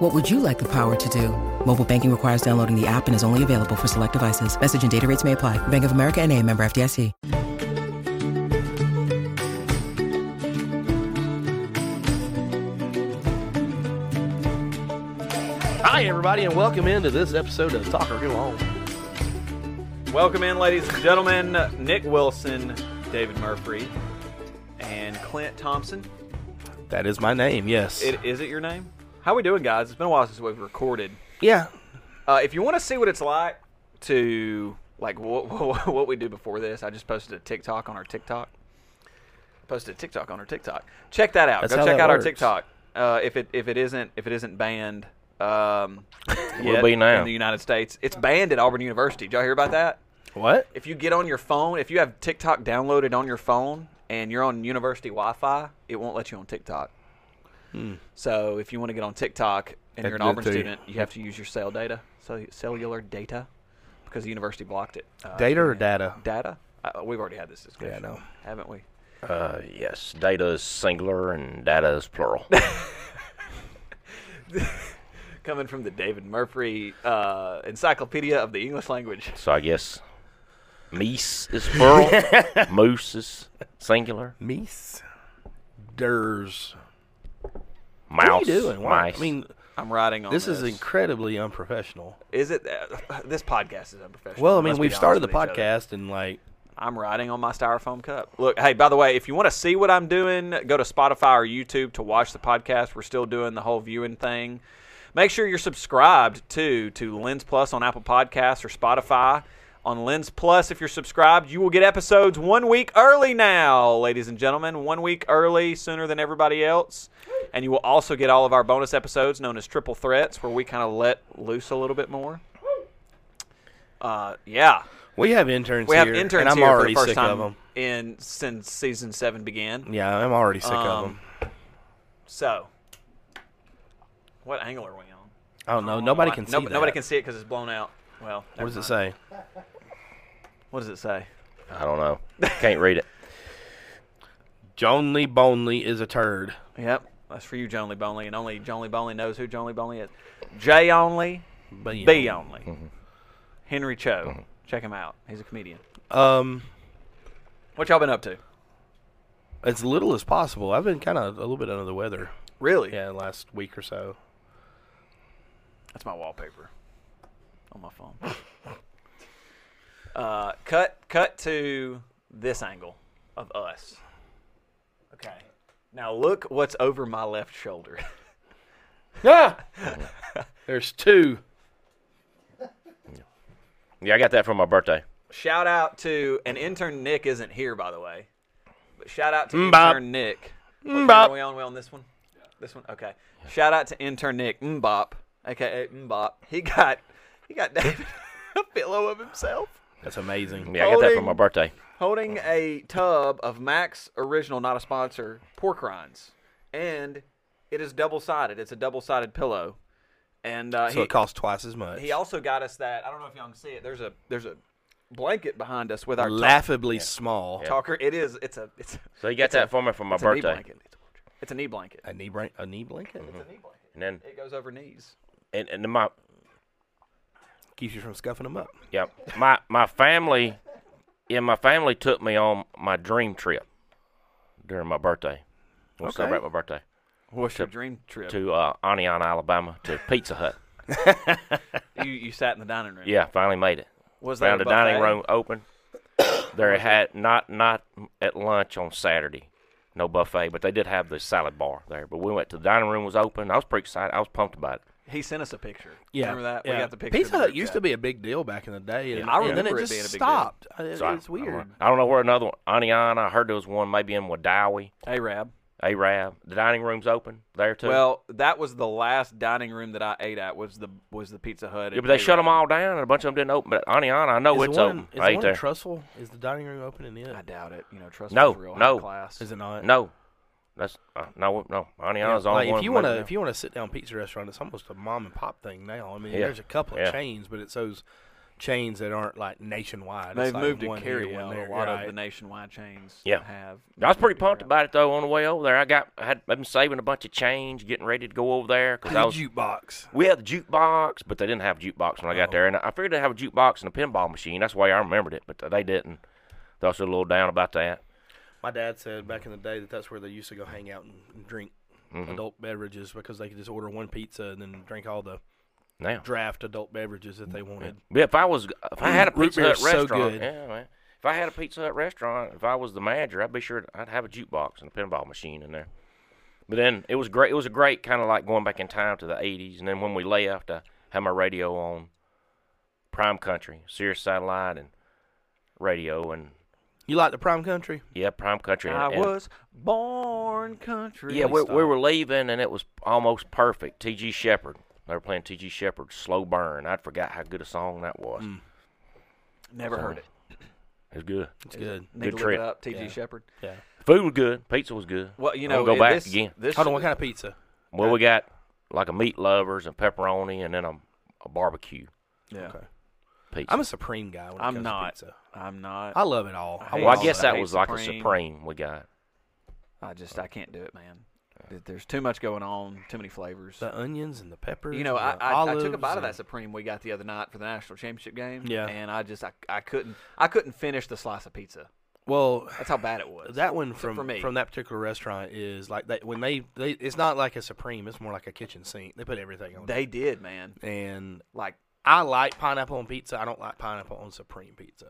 What would you like the power to do? Mobile banking requires downloading the app and is only available for select devices. Message and data rates may apply. Bank of America and a member FDIC. Hi, everybody, and welcome into this episode of Soccer Go Home. Welcome in, ladies and gentlemen. Nick Wilson, David Murphy, and Clint Thompson. That is my name, yes. It, is it your name? How we doing, guys? It's been a while since we've recorded. yeah. Uh, if you want to see what it's like to like what, what, what we do before this, I just posted a TikTok on our TikTok. Posted a TikTok on our TikTok. Check that out. That's Go how check that out works. our TikTok. Uh, if it if it isn't if it isn't banned, um, will yet be now. in the United States. It's banned at Auburn University. Did y'all hear about that? What? if you get on your phone, if you have TikTok downloaded on your phone and you're on university Wi-Fi, it won't let you on TikTok. Hmm. So if you want to get on TikTok and Have you're to do an it Auburn through- student, you have to use your cell data, cell- cellular data, because the university blocked it. Uh, Data or data? data? Uh, we've already had this discussion. know. haven't we? Uh, yes, data is singular and data is plural. Coming from the David Murphy uh, Encyclopedia of the English Language. so I guess meese is plural, moose is singular, Meese. Durs. mouse, What are you doing? Why? mice. I mean, I'm writing on this this. is incredibly unprofessional. Is it? Uh, this podcast is unprofessional. Well, I mean, Let's be we've started the honest with each other. podcast and like, I'm riding on my styrofoam cup. Look, hey, by the way, if you want to see what I'm doing, go to Spotify or YouTube to watch the podcast. We're still doing the whole viewing thing. Make sure you're subscribed too to Lens Plus on Apple Podcasts or Spotify. On Lens Plus, if you're subscribed, you will get episodes one week early now, ladies and gentlemen. One week early, sooner than everybody else. And you will also get all of our bonus episodes known as Triple Threats, where we kind of let loose a little bit more. Uh, yeah. we have interns We here. have interns and I'm here already for the first sick time of them. in since season seven began. Yeah, I'm already sick of Um, them. So, what angle are we on? I don't know. Nobody can see Nob- that. oh, Nobody can see it because it's blown out. Well, What does never it mind. say? What does it say? I don't know. Can't read it. Jonely Bonely is a turd. Yep, that's for you, John Lee Bonley, and only John Lee Bonley knows who John Lee Bonley is. J only, But yeah. B only. Mm-hmm. Henry Cho, check him out. He's a comedian. Um, What y'all been up to? as little as possible. I've been kind of a little bit under the weather. Really? Yeah, last week or so. That's my wallpaper on my phone. uh, cut, cut to this angle of us. Okay. Now look what's over my left shoulder. Yeah. There's two. Yeah, I got that for my birthday. shout out to an intern Nick isn't here by the way, but shout out to Mbop. intern Nick. What camera Mbop. Are we on? We on this one? This one. Okay. Shout out to intern Nick Mm, Mbop, aka Mbop. mm, He got he got David a pillow of himself. That's amazing. Yeah, I got that for Holding- my birthday. holding a tub of Max Original, not a sponsor, pork rinds, and it is double sided. It's a double sided pillow, and uh, So he it costs twice as much. he also got us that. I don't know if y'all can see it. There's a there's a blanket behind us with our talk- laughably small. talker. It is. It's a it's So you got that for me for my it's a knee birthday. blanket. It's, gorgeous. It's a knee blanket. A knee blanket. A knee blanket It's a knee blanket. And then, It goes over knees. and, and then my, keeps you from scuffing them up. yeah, my, my family, yeah, my family took me on my dream trip during my birthday. We'll Okay. celebrate my birthday What's your dream trip? to uh, Anion, Alabama, to Pizza Hut. You you sat in the dining room. Yeah, finally made it. Was there found a the dining buffet? room open. they had not not at lunch on Saturday, no buffet, but they did have the salad bar there. But we went to the dining room was open. I was pretty excited. I was pumped about it. He sent us a picture. Remember that? yeah. We got the picture. Pizza Hut used to be a big deal back in the day. and- I and then remember it just being a big deal. stopped. I- So I- it's I don't weird. know- I don't know where another one. Aniana. I heard there was one maybe in Wadawi. Hey Rab. Arab. The dining room's open there too. Well, that was the last dining room that I ate at was the was the Pizza Hut. yeah, but they shut them all down, and a bunch of them didn't open. But Aniana, I know Is it's the one, open. Is I the ate one in there. Trussell? Is the dining room open in it? I doubt it. You know, trust No, was real no. high class. Is it not? No, that's uh, no, no. Aniana's the like, only one. if you open want to, now. if you want to sit down pizza restaurant, it's almost a mom and pop thing now. I mean, Yeah. there's a couple of Yeah. chains, but it's those chains that aren't like nationwide. They've It's like moved to one here, carry one out. there, A lot right. of the nationwide chains Yeah. have. I was pretty pumped about it though on the way over there. I got I had I've been saving a bunch of change, getting ready to go over there because I was. jukebox. we had the jukebox, but they didn't have a jukebox when I got Oh. there, and I figured they have a jukebox and a pinball machine. That's why I remembered it, but they didn't. I was a little down about that. My dad said back in the day that that's where they used to go hang out and, and drink Mm-hmm. adult beverages because they could just order one pizza and then drink all the Now, draft adult beverages that they wanted. Yeah, if I was, if I had a Mm, Root Pizza beer's Hut so restaurant, good. yeah, man. If I had a Pizza Hut restaurant, if I was the manager, I'd be sure I'd have a jukebox and a pinball machine in there. But then it was great. It was a great kind of like going back in time to the '80s. And then when we left, I had my radio on, Prime Country, Sirius Satellite, and radio, and You like the prime country? yeah, Prime Country. I and, and- was born country. yeah, we, style. we were leaving, and it was almost perfect. T.G. Shepard. They were playing T.G. Shepard, "Slow Burn." I'd forgot how good a song that Mm. was. Mm. never heard it. It was good. It's good. Need to look trip. it up. T.G. Yeah. Shepard. Yeah. Food was good. Pizza was good. Well, you I'm know, gonna go uh, back this, again. This Hold on, what kind of pizza? Well, we got like a meat lovers and pepperoni, and then a, a barbecue yeah. Okay. pizza. I'm a supreme guy. When it I'm comes not. To pizza. I'm not. I love it all. I want well, I hate guess all that. that I was hate like a Supreme. supreme we got. I just I can't do it, man. There- There's too much going on. Too many flavors. The onions and the peppers. you know, I, and the I, I took a olives bite of and- that Supreme we got the other night for the national championship game. Yeah. and I just I, I couldn't I couldn't finish the slice of pizza. Well, That's how bad it was. that one from for me. from that particular restaurant is like that when they, they it's not like a supreme. It's more like a kitchen sink. They put everything on. they did, man. it. And Like I like pineapple on pizza. I don't like pineapple on supreme pizza.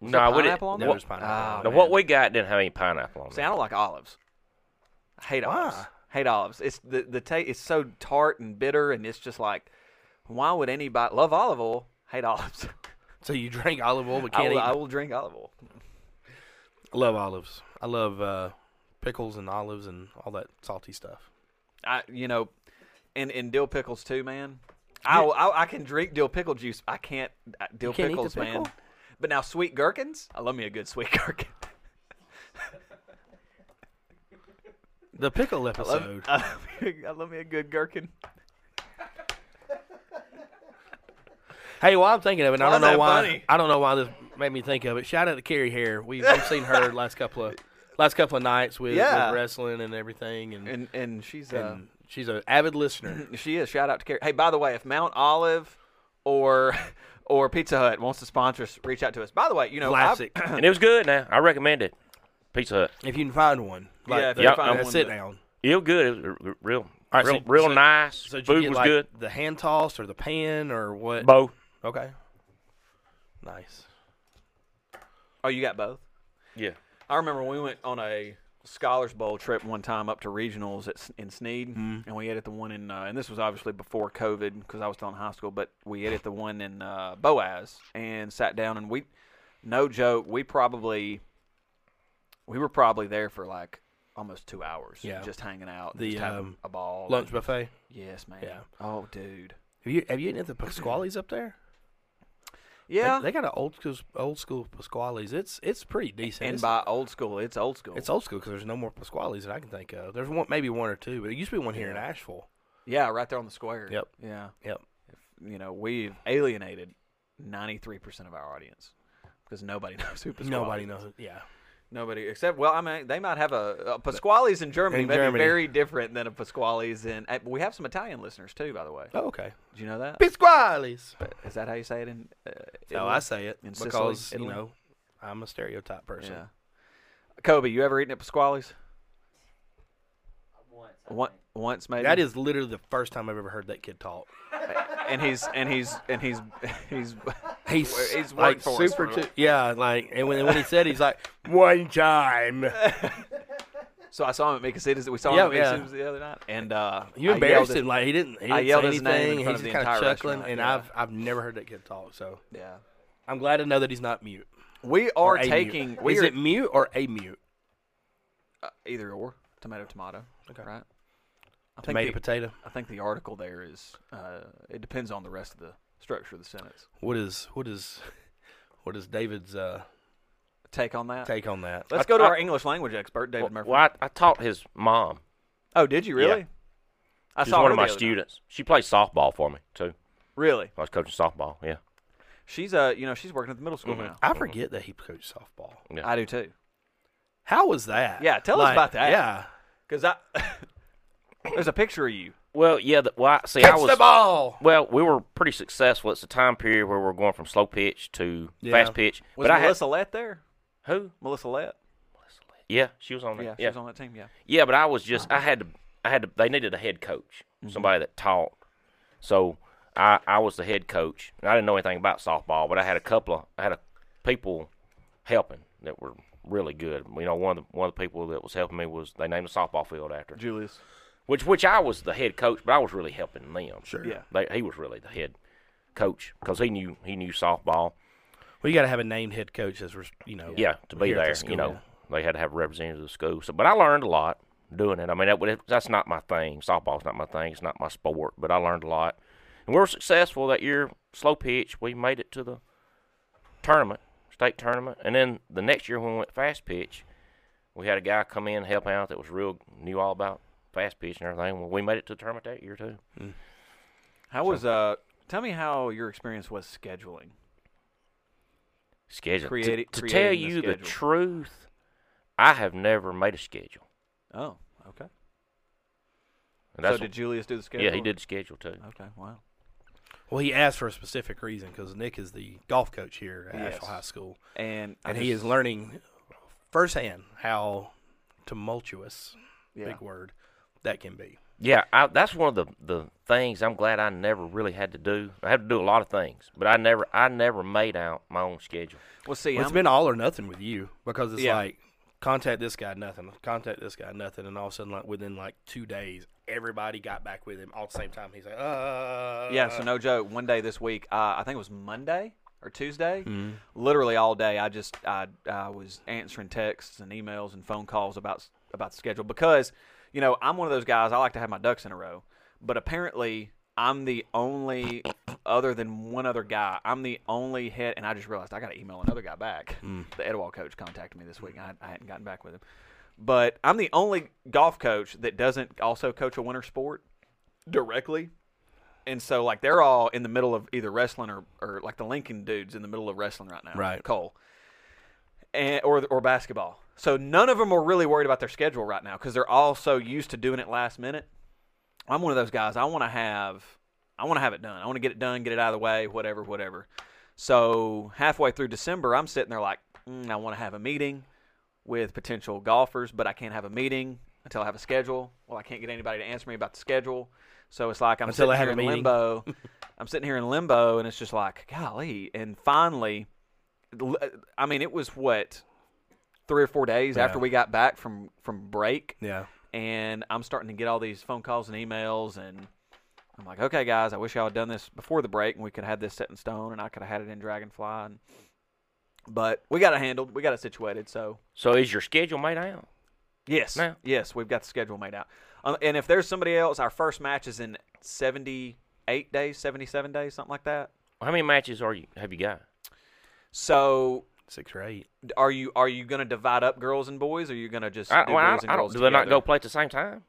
was No, there we didn't. pineapple on No, there? there's pineapple Ah, on there. no, man. what we got didn't have any pineapple on See, it. I don't like olives. I hate Why? olives. Hate olives. It's the the taste. It's so tart and bitter, and it's just like, why would anybody love olive oil? Hate olives. So you drink olive oil, but I can't will, eat. I will drink olive oil. I love olives. I love uh, pickles and olives and all that salty stuff. I you know, and and dill pickles too, man. I, I I can drink dill pickle juice. I can't uh, dill can't eat the pickles, man. pickle? But now sweet gherkins. I love me a good sweet gherkin. The pickle episode. I love me a- I love me a good gherkin. Hey, well, I'm thinking of it. and I Why don't is know that why. funny? I don't know why this made me think of it. Shout out to Carrie Hare. We've, we've seen her last couple of last couple of nights with, with Yeah. wrestling and everything, and, And and she's uh, and she's an avid listener. She is. Shout out to Carrie. Hey, by the way, if Mount Olive or or Pizza Hut wants to sponsor us, reach out to us. By the way, you know, I've- Classic. and it was good. Now I recommend it. Pizza Hut. if you can find one, like Yeah, if the, you can find find that one sit that- down. It was good. It was r- r- real, All right, real, so- real so- nice. So did you Food get, was like, good. The hand toss or the pan or what? Both. Okay. Nice. oh, you got both. Yeah. I remember we went on a Scholars Bowl trip one time up to regionals at, S- in Sneed, Mm-hmm. and we ate at the one in, uh, and this was obviously before COVID because I was still in high school, but we ate at the one in uh, Boaz and sat down, and we, no joke, we probably, we were probably there for like almost two hours, Yeah. just hanging out, The, just having um, a ball, Lunch buffet. Yes, man. Yeah. Oh, dude. Have you have you eaten at the Pasquale's up there? They- Yeah. They, got an old school old school Pasquale's. It's it's pretty decent. and It's- by old school, it's old school. It's old school because there's no more Pasquales that I can think of. There's one, maybe one or two, but there used to be one here in Asheville. yeah, right there on the square. Yep. Yeah. Yep. You know, we've alienated 93% of our audience because nobody knows who Pasquale Nobody is. knows. Yeah. Nobody except well, I mean, they might have a, a Pasquale's in Germany, In may be Germany. very different than a Pasquale's in. uh, We have some Italian listeners too, by the way. Oh, okay. Did you know that? Pasquales. Is that how you say it in? Uh, No, Italy? Oh, I say it In Sicily, because Italy? you know I'm a stereotype person. Yeah. Kobe, you ever eaten at Pasquale's? Once. Once, maybe. That is literally the first time I've ever heard that kid talk. and he's and he's and he's he's He's, He's like worked for us super. for- chi- yeah, like and when and when he said, it, he's like one time. so I saw him at Mikasitas that we saw Yeah, him at yeah. Mikasitas the other night and uh You I embarrassed yelled at- him. Like he didn't. He didn't I yelled say his name in anything. front He's of the just kind entire of chuckling, restaurant, and yeah. I've I've never heard that kid talk. So Yeah. I'm glad to know that he's not mute. We or are a mute. taking we Is are, it mute or a mute? uh, either or tomato tomato. Okay. Right. I think, Tomato the, potato. I think the article there is. Uh, it depends on the rest of the structure of the sentence. What is what is what is David's uh, Take on that. take on that? Uh, Let's I- go to I- our English language expert, David Well, Murphy. well, I, I taught his mom. Oh, did you really? I She's saw one her the of my other night. students. She plays softball for me too. Really? I was coaching softball. Yeah. She's uh, you know, she's working at the middle school now. I forget that he coached softball. Yeah. I do too. How was that? Yeah, tell us about that. Yeah, Cause I there's a picture of you. Well, yeah. The, well, I, see, I catch was. the ball. Well, we were pretty successful. It's a time period where we're going from slow pitch to Yeah. fast pitch. Was but I had Melissa Lett there? who? Melissa Lett. Yeah, she was on there. Yeah, she was on that team. Yeah. Yeah, but I was just I had to I had to they needed a head coach, Mm-hmm. somebody that taught. So I I was the head coach. And I didn't know anything about softball, but I had a couple of I had a people helping that were really good. You know, one of the one of the people that was helping me was they named a softball field after. Julius. Which which I was the head coach, but I was really helping them. Sure. Yeah. They, he was really the head coach because he knew he knew softball. Well, you got to have a named head coach as we're, you know. Yeah, to be here at the there, school. you know, they had to have representatives of the school. So, but I learned a lot doing it. I mean, that, would- that's not my thing. Softball's not my thing. It's not my sport. But I learned a lot, and we were successful that year. Slow pitch, we made it to the tournament, state tournament, and then the next year when we went fast pitch, we had a guy come in and help out that was real knew all about fast pitch and everything. Well, we made it to the tournament that year too. How was uh? Tell me how your experience was scheduling. Schedule Creati- to, to tell creating the you the schedule. truth, I have never made a schedule. Oh, okay. And So that's did Julius do the schedule? yeah, he did schedule too. Okay, wow. Well, he asked for a specific reason because Nick is the golf coach here at Yes. Asheville High School, And I and he just- is learning firsthand how tumultuous, yeah. big word, that can be. Yeah, I, that's one of the, the things I'm glad I never really had to do. I had to do a lot of things, but I never I never made out my own schedule. Well, see, Well, it's I'm- been all or nothing with you because it's Yeah. like contact this guy nothing, contact this guy nothing, and all of a sudden, like within like two days, everybody got back with him all at the same time. He's like, uh, yeah. So no joke. One day this week, uh, I think it was Monday or Tuesday. Literally all day, I just I, I was answering texts and emails and phone calls about s- about the schedule because you know I'm one of those guys. I like to have my ducks in a row, but apparently. I'm the only, other than one other guy, I'm the only head, and I just realized I got to email another guy back. The Edwall coach contacted me this week. And I, I hadn't gotten back with him, but I'm the only golf coach that doesn't also coach a winter sport directly and so like they're all in the middle of either wrestling or, or like the Lincoln dudes in the middle of wrestling right now, Right. Cole, and or or basketball. So none of them are really worried about their schedule right now because they're all so used to doing it last minute. I'm one of those guys. I want to have I want to have it done. I want to get it done, get it out of the way, whatever, whatever. So halfway through December, I'm sitting there like, mm, I want to have a meeting with potential golfers, but I can't have a meeting until I have a schedule. Well, I can't get anybody to answer me about the schedule. So it's like I'm Until sitting I have here a in meeting. limbo. I'm sitting here in limbo, and it's just like, golly. And finally, l- I mean, it was what three or four days after Yeah. we got back from from break yeah, and I'm starting to get all these phone calls and emails, and I'm like, okay, guys, I wish y'all had done this before the break, and we could have had this set in stone, and I could have had it in Dragonfly, and but we got it handled, we got it situated, so So is your schedule made out? yes, Now- yes, we've got the schedule made out, um, and if there's somebody else, our first match is in 78 days, 77 days, something like that. How many matches are you have you got? So six or eight. d- are you are you gonna divide up girls and boys, or are you gonna just I, do well, I, boys and I don't. girls Do they not together? go play at the same time?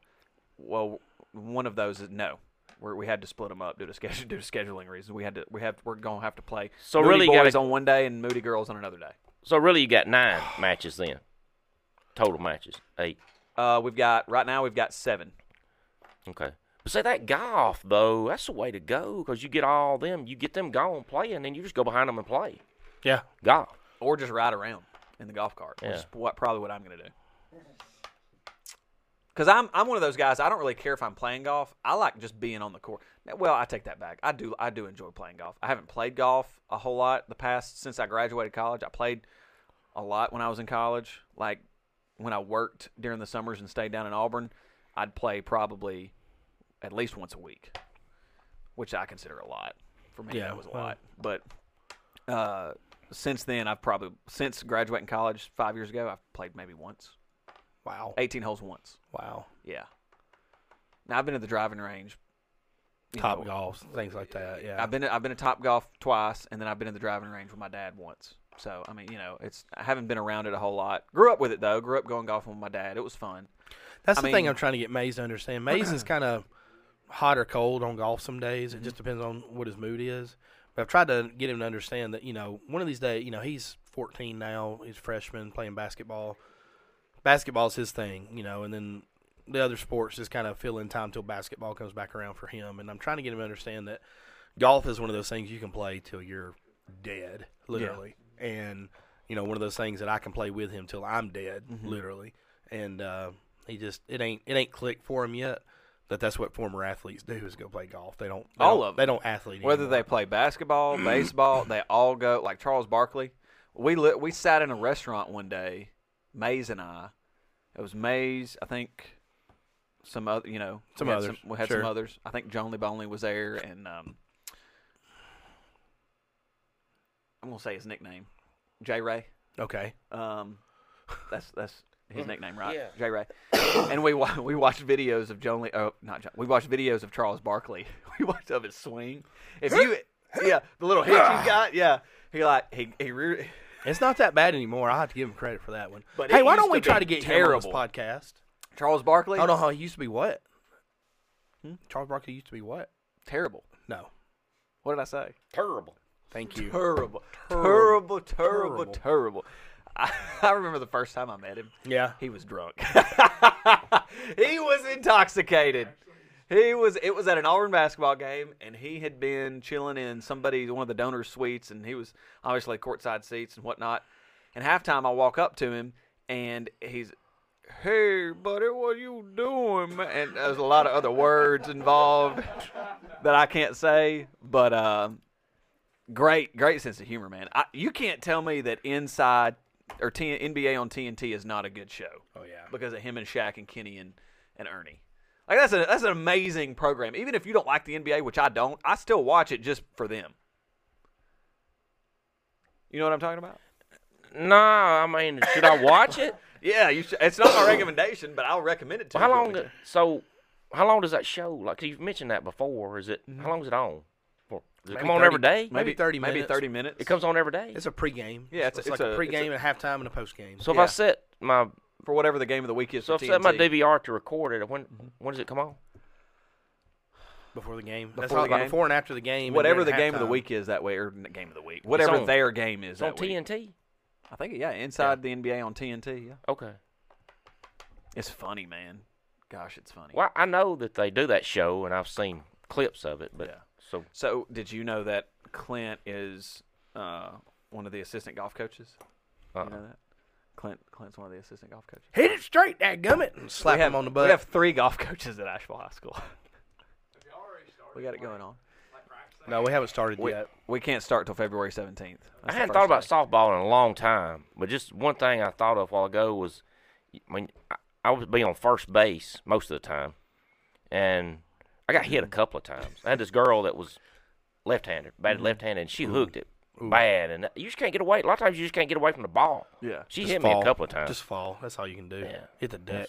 well, one of those is no. We're, we had to split them up due to schedule due to scheduling reasons. We had to we have we're gonna have to play So Moody really you boys gotta- on one day and Moody girls on another day. So really, you got nine matches then. Total matches eight. Uh, we've got right now we've got seven. Okay. But say that golf though, that's the way to go because you get all them, you get them gone playing, and you just go behind them and play Yeah, golf. or just ride around in the golf cart. Which is Yeah. what probably what I'm gonna do. Cause I'm I'm one of those guys. I don't really care if I'm playing golf. I like just being on the court. Now, Well, I take that back. I do I do enjoy playing golf. I haven't played golf a whole lot the past since I graduated college. I played a lot when I was in college. Like when I worked during the summers and stayed down in Auburn, I'd play probably at least once a week, which I consider a lot. For me, Yeah, that was a well- lot. But uh, since then, I've probably since graduating college five years ago, I've played maybe once. Wow. 18 holes once. Wow. Yeah. Now I've been to the driving range. you Top know, golf, things like that. Yeah. I've been I've been to Top Golf twice, and then I've been to the driving range with my dad once. So I mean, you know, it's I haven't been around it a whole lot. Grew up with it though. Grew up going golfing with my dad. It was fun. That's I the thing mean- I'm trying to get Maze to understand. Maze is kind of hot or cold on golf some days. Mm-hmm. It just depends on what his mood is. But I've tried to get him to understand that, you know, one of these days, you know, he's 14 now. He's a freshman playing basketball. Basketball's his thing, you know, and then the other sports just kind of fill in time till basketball comes back around for him. And I'm trying to get him to understand that golf is one of those things you can play till you're dead, literally. And, you know, one of those things that I can play with him till I'm dead, Mm-hmm. literally. And uh, he just it ain't it ain't clicked for him yet. That that's what former athletes do is go play golf. They don't they All don't- of 'em. they don't athlete Whether anymore. they play basketball, baseball, they all go. Like Charles Barkley, we li- we sat in a restaurant one day, Mays and I. It was Mays, I think, some other, you know, Some we had others, we had sure. some others. I think John Lee Bonley was there, and um, I'm gonna say his nickname, J Ray. okay Um, that's that's his nickname, right? Yeah. J Ray. and we wa- we watched videos of John Lee. Oh, not John. We watched videos of Charles Barkley. We watched of his swing. If you, yeah, the little hitch he got. Yeah, he like he he. Re- it's not that bad anymore. I have to give him credit for that one. But hey, it why used don't to we try be to get terrible. him on this podcast? Charles Barkley. I don't know how Oh, he used to be what. Hmm? Charles Barkley used to be what? Terrible. No, What did I say? Terrible. thank you. Terrible. Terrible. Terrible. Terrible. Terrible. I, I remember the first time I met him. Yeah, He was drunk. he was intoxicated. He was. It was at an Auburn basketball game, and he had been chilling in somebody, one of the donors' suites, and he was obviously courtside seats and whatnot. And halftime, I walk up to him, and he's, "Hey, buddy, what you doing?" man?" And there's a lot of other words involved that I can't say, but um, great, great sense of humor, man. I, you can't tell me that inside or T, NBA on TNT is not a good show. Oh, yeah. because of him and Shaq and Kenny and, and Ernie. Like that's a that's an amazing program. Even if you don't like the NBA, which I don't, I still watch it just for them. You know what I'm talking about? Nah, I mean, should I watch it? Yeah, you should, it's not my recommendation, but I'll recommend it to Well, how you. long? So, how long does that show? Like 'cause you've mentioned that before. Is it? Mm-hmm. How long is it on? For? Does it come on every day? maybe 30 maybe minutes. 30 minutes. It comes on every day. it's a pregame. Yeah, it's it's, a- like it's a, a- it's pregame a- and a halftime and a postgame. so if yeah. I set my for whatever the game of the week is. so for if I set my TNT. DVR to record it, when Mm-hmm. when does it come on? before the game. That's Before how the like game. before and after the game. and whatever during the game of the halftime. week is that way, or n- game of the week, whatever on- their game is It's on that week. TNT. I think yeah, inside the NBA on TNT. Yeah, Okay. it's funny, man. Gosh, it's funny. Well, I know that they do that show, and I've seen clips of it. But Yeah. so So did you know that Clint is uh, one of the assistant golf coaches? uh, You know that Clint Clint's one of the assistant golf coaches. Hit it straight, that gummit, and slap we have, him on the We have butt. three golf coaches at Asheville High School. we got it going on. no, we haven't started We, yet. we can't start till February seventeenth. I hadn't thought about softball in a long time, but just one thing I thought of a while ago was, I mean, I, I would be on first base most of the time, and I got Mm-hmm. hit a couple of times. I had this girl that was left-handed, batted Mm-hmm. left-handed, and she hooked it bad, and uh, you just can't get away. A lot of times you just can't get away from the ball. Yeah. she Just hit me fall. a couple of times. Just fall. That's all you can do. Yeah. Hit the deck.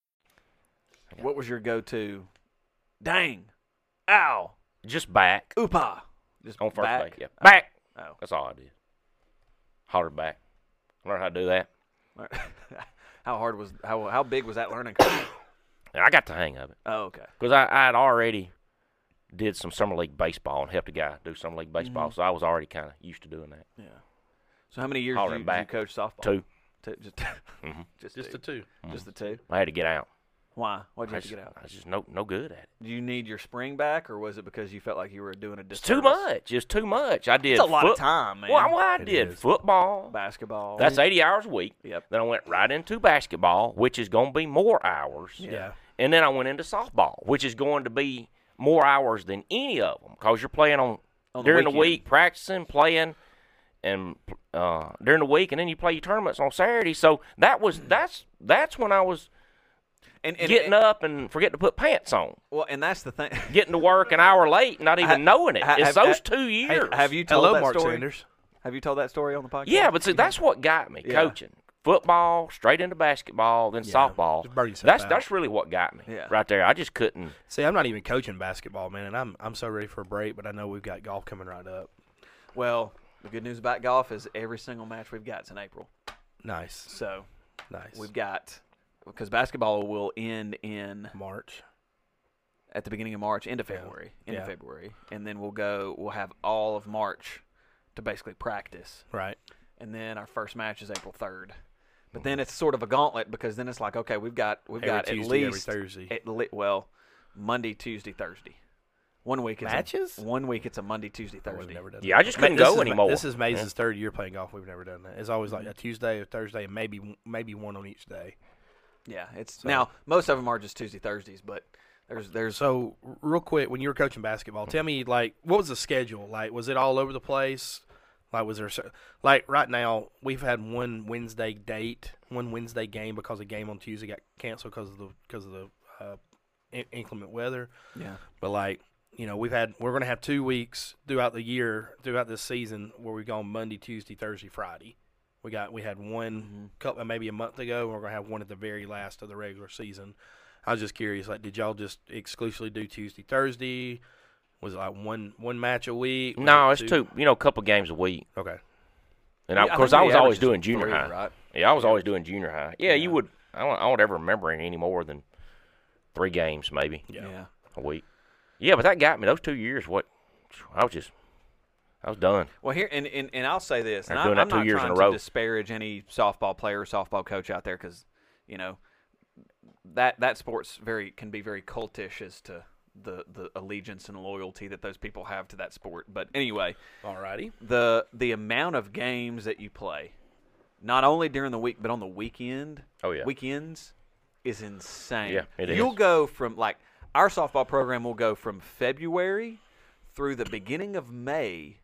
What was your go-to? Dang, ow, Just back oopah. Just on first back. base. Yeah, back. Oh. That's all I did. Hollered back. Learned how to do that. All right. Oh. how hard was how how big was that learning curve? And I got the hang of it. oh, okay. because I, I had already did some summer league baseball and helped a guy do summer league baseball, Mm-hmm. so I was already kind of used to doing that. Yeah. So how many years did Hollering Mm-hmm. you, did you back. coach softball? Two, Two, just, just, Just two. Mm-hmm. the two. just the two. I had to get out. Why? Why'd you I have to just, get out? I was just no no good at it. Do you need your spring back, or was it because you felt like you were doing a It's disservice? too much. It's too much. I did. It's a lot of foot- time, man. Well, I- well, I It did is. football. Basketball. That's 80 hours a week. Yep. Then I went right into basketball, which is going to be more hours. Yeah. And then I went into softball, which is going to be more hours than any of them because you're playing on, On the during the weekend. week, practicing, playing, and uh, during the week, and then you play your tournaments on Saturday. So that was that's that's when I was Mm. and, and, getting and- up and forgetting to put pants on, Well, and that's the thing. getting to work an hour late, and not even knowing it. ha- it's have- those ha- two years. Have you told Hello, that Mark story? Sanders. Have you told that story on the podcast? Yeah, but see, that's what got me Yeah. coaching football, straight into basketball, then softball. just burn yourself That's out. that's really what got me Yeah. right there. I just couldn't. See, I'm not even coaching basketball, man, and I'm I'm so ready for a break, but I know we've got golf coming right up. Well, the good news about golf is every single match we've got's in April. Nice, So nice. we've got because basketball will end in March. at the beginning of March, end of February, end of Yeah. February, and then we'll go. We'll have all of March to basically practice, Right. and then our first match is April third. But then it's sort of a gauntlet because then it's like, okay, we've got we've Mm. Every got at Tuesday, every least Thursday. at le- well, Monday, Tuesday, Thursday. One week it's a- Matches? one week it's a Monday, Tuesday, Oh, We've Thursday. never done Yeah, that. I just couldn't This go is Ma- anymore. Mm-hmm. This is Maze's third year playing golf. We've never done that. It's always like a Tuesday or Thursday, and maybe maybe one on each day. Yeah, it's now most of them are just Tuesday, Thursdays, but there's there's So, r- real quick, when you were coaching basketball, tell me like what was the schedule? Like, was it all over the place? Like, was there cer- like right now we've had one Wednesday date, one Wednesday game because a game on Tuesday got canceled because of the because of the uh, in- inclement weather. yeah But like you know, we've had we're gonna have two weeks throughout the year, throughout this season, where we've gone Monday, Tuesday, Thursday, Friday. We got we had Mm-hmm. one couple maybe a month ago, and we're gonna have one at the very last of the regular season. I was just curious, like, did y'all just exclusively do Tuesday, Thursday? Was it like one one match a week? Was No, it it's two. You know, a couple games a week. Okay, And Yeah, I, I of course, think I the was average always is doing junior three, high. right? Yeah, I was always doing junior high. Yeah, you would. I don't. I don't ever remember any more than three games, maybe yeah. yeah. a week. Yeah, but that got me. Those two years, what? I was just. I was done. Well, here and, and, and I'll say this, and They're I'm, doing that I'm two not years in trying a row. to disparage any softball player or softball coach out there because you know that that sport's very can be very cultish as to the the allegiance and loyalty that those people have to that sport. But anyway, Alrighty, the the amount of games that you play, not only during the week but on the weekend. Oh, yeah. weekends is insane. Yeah, it You'll is. go from like our softball program will go from February through the beginning of May,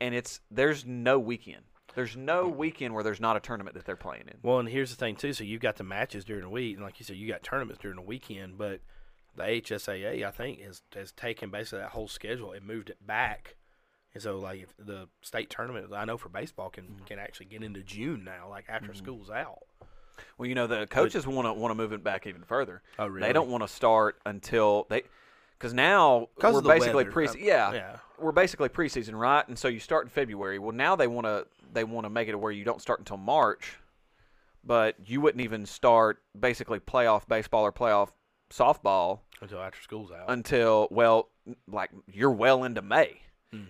and it's there's no weekend. There's no weekend where there's not a tournament that they're playing in. Well, and here's the thing too. So you've got the matches during the week, and like you said, you got tournaments during the weekend. But the HSAA, I think, has has taken basically that whole schedule and moved it back. And so, like if the state tournament, I know for baseball can can actually get into June now, like after school's out. Well, you know the coaches want to want to move it back even further. Oh, They really? don't want to start until they, because now 'Cause we're of the basically weather, pre. uh, Yeah, yeah. we're basically preseason, right? And so you start in February. Well, now they want to they want to make it where you don't start until March, but you wouldn't even start basically playoff baseball or playoff softball Until after school's out. until well, n- like you're well into May.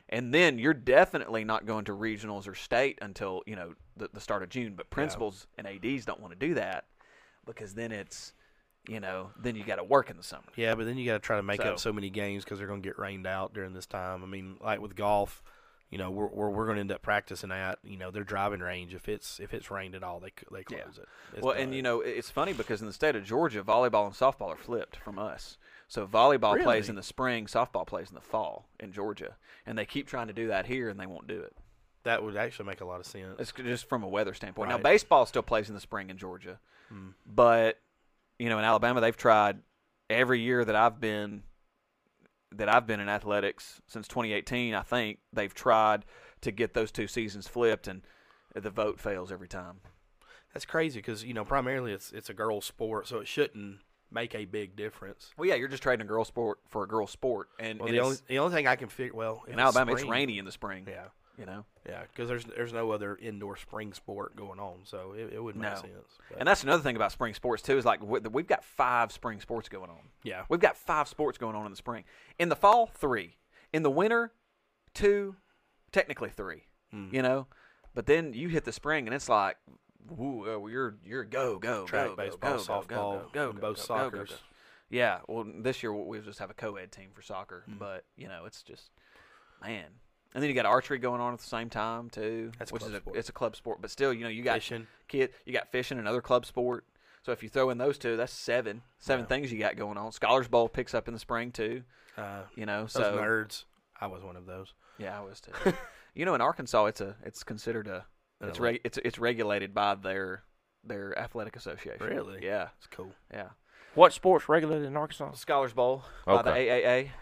And then you're definitely not going to regionals or state until you know the, the start of June. But principals and ads don't want to do that because then it's you know then you got to work in the summer. yeah, but then you got to try to make up So- so many games because they're going to get rained out during this time. I mean, like with golf, you know, we're we're, we're going to end up practicing at you know their driving range. If it's if it's rained at all, they c- they close it. It's well, done. and you know i- it's funny because in the state of Georgia, volleyball and softball are flipped from us. So volleyball plays in the spring, softball plays in the fall in Georgia, and they keep trying to do that here, and they won't do it. that would actually make a lot of sense. It's c- just from a weather standpoint. Now Right. Hmm. baseball still plays in the spring in Georgia, but you know in Alabama they've tried every year that I've been that I've been in athletics since 2018. I think they've tried to get those two seasons flipped, and the vote fails every time. That's crazy because you know primarily it's it's a girls' sport, so it shouldn't make a big difference. Well, yeah, you're just trading a girl sport for a girl sport, and, Well, and the only it's- the only thing I can figure well if in Alabama it's spring- rainy in the spring. Yeah, you know, yeah, because there's there's no other indoor spring sport going on, so it, it would make No. sense. but- and that's another thing about spring sports too is like we- we've got five spring sports going on. yeah, We've got five sports going on in the spring. In the fall, three. In the winter, Hmm. two. Technically three. You know, but then you hit the spring and it's like woo, uh, you're you're go go Track, go, baseball, go, go, go, softball, go, go, and go, both go, go, go, soccers. go. Yeah, well, this year we just have a co-ed team for soccer, Hmm. but you know it's just man. And then you got archery going on at the same time too, That's a which club is a sport. it's a club sport, but still you know you got Fishing. kid, you got fishing another club sport. So if you throw in those two, that's seven seven things you got going on. Scholars Bowl picks up in the spring too, Uh, you know. those so nerds. I was one of those. yeah, I was too. you know, in Arkansas, it's a it's considered a An it's elite. reg, it's it's regulated by their their athletic association. Really? Yeah, It's cool. yeah. What sports regulated in Arkansas? Scholars Bowl by the Okay. AAA,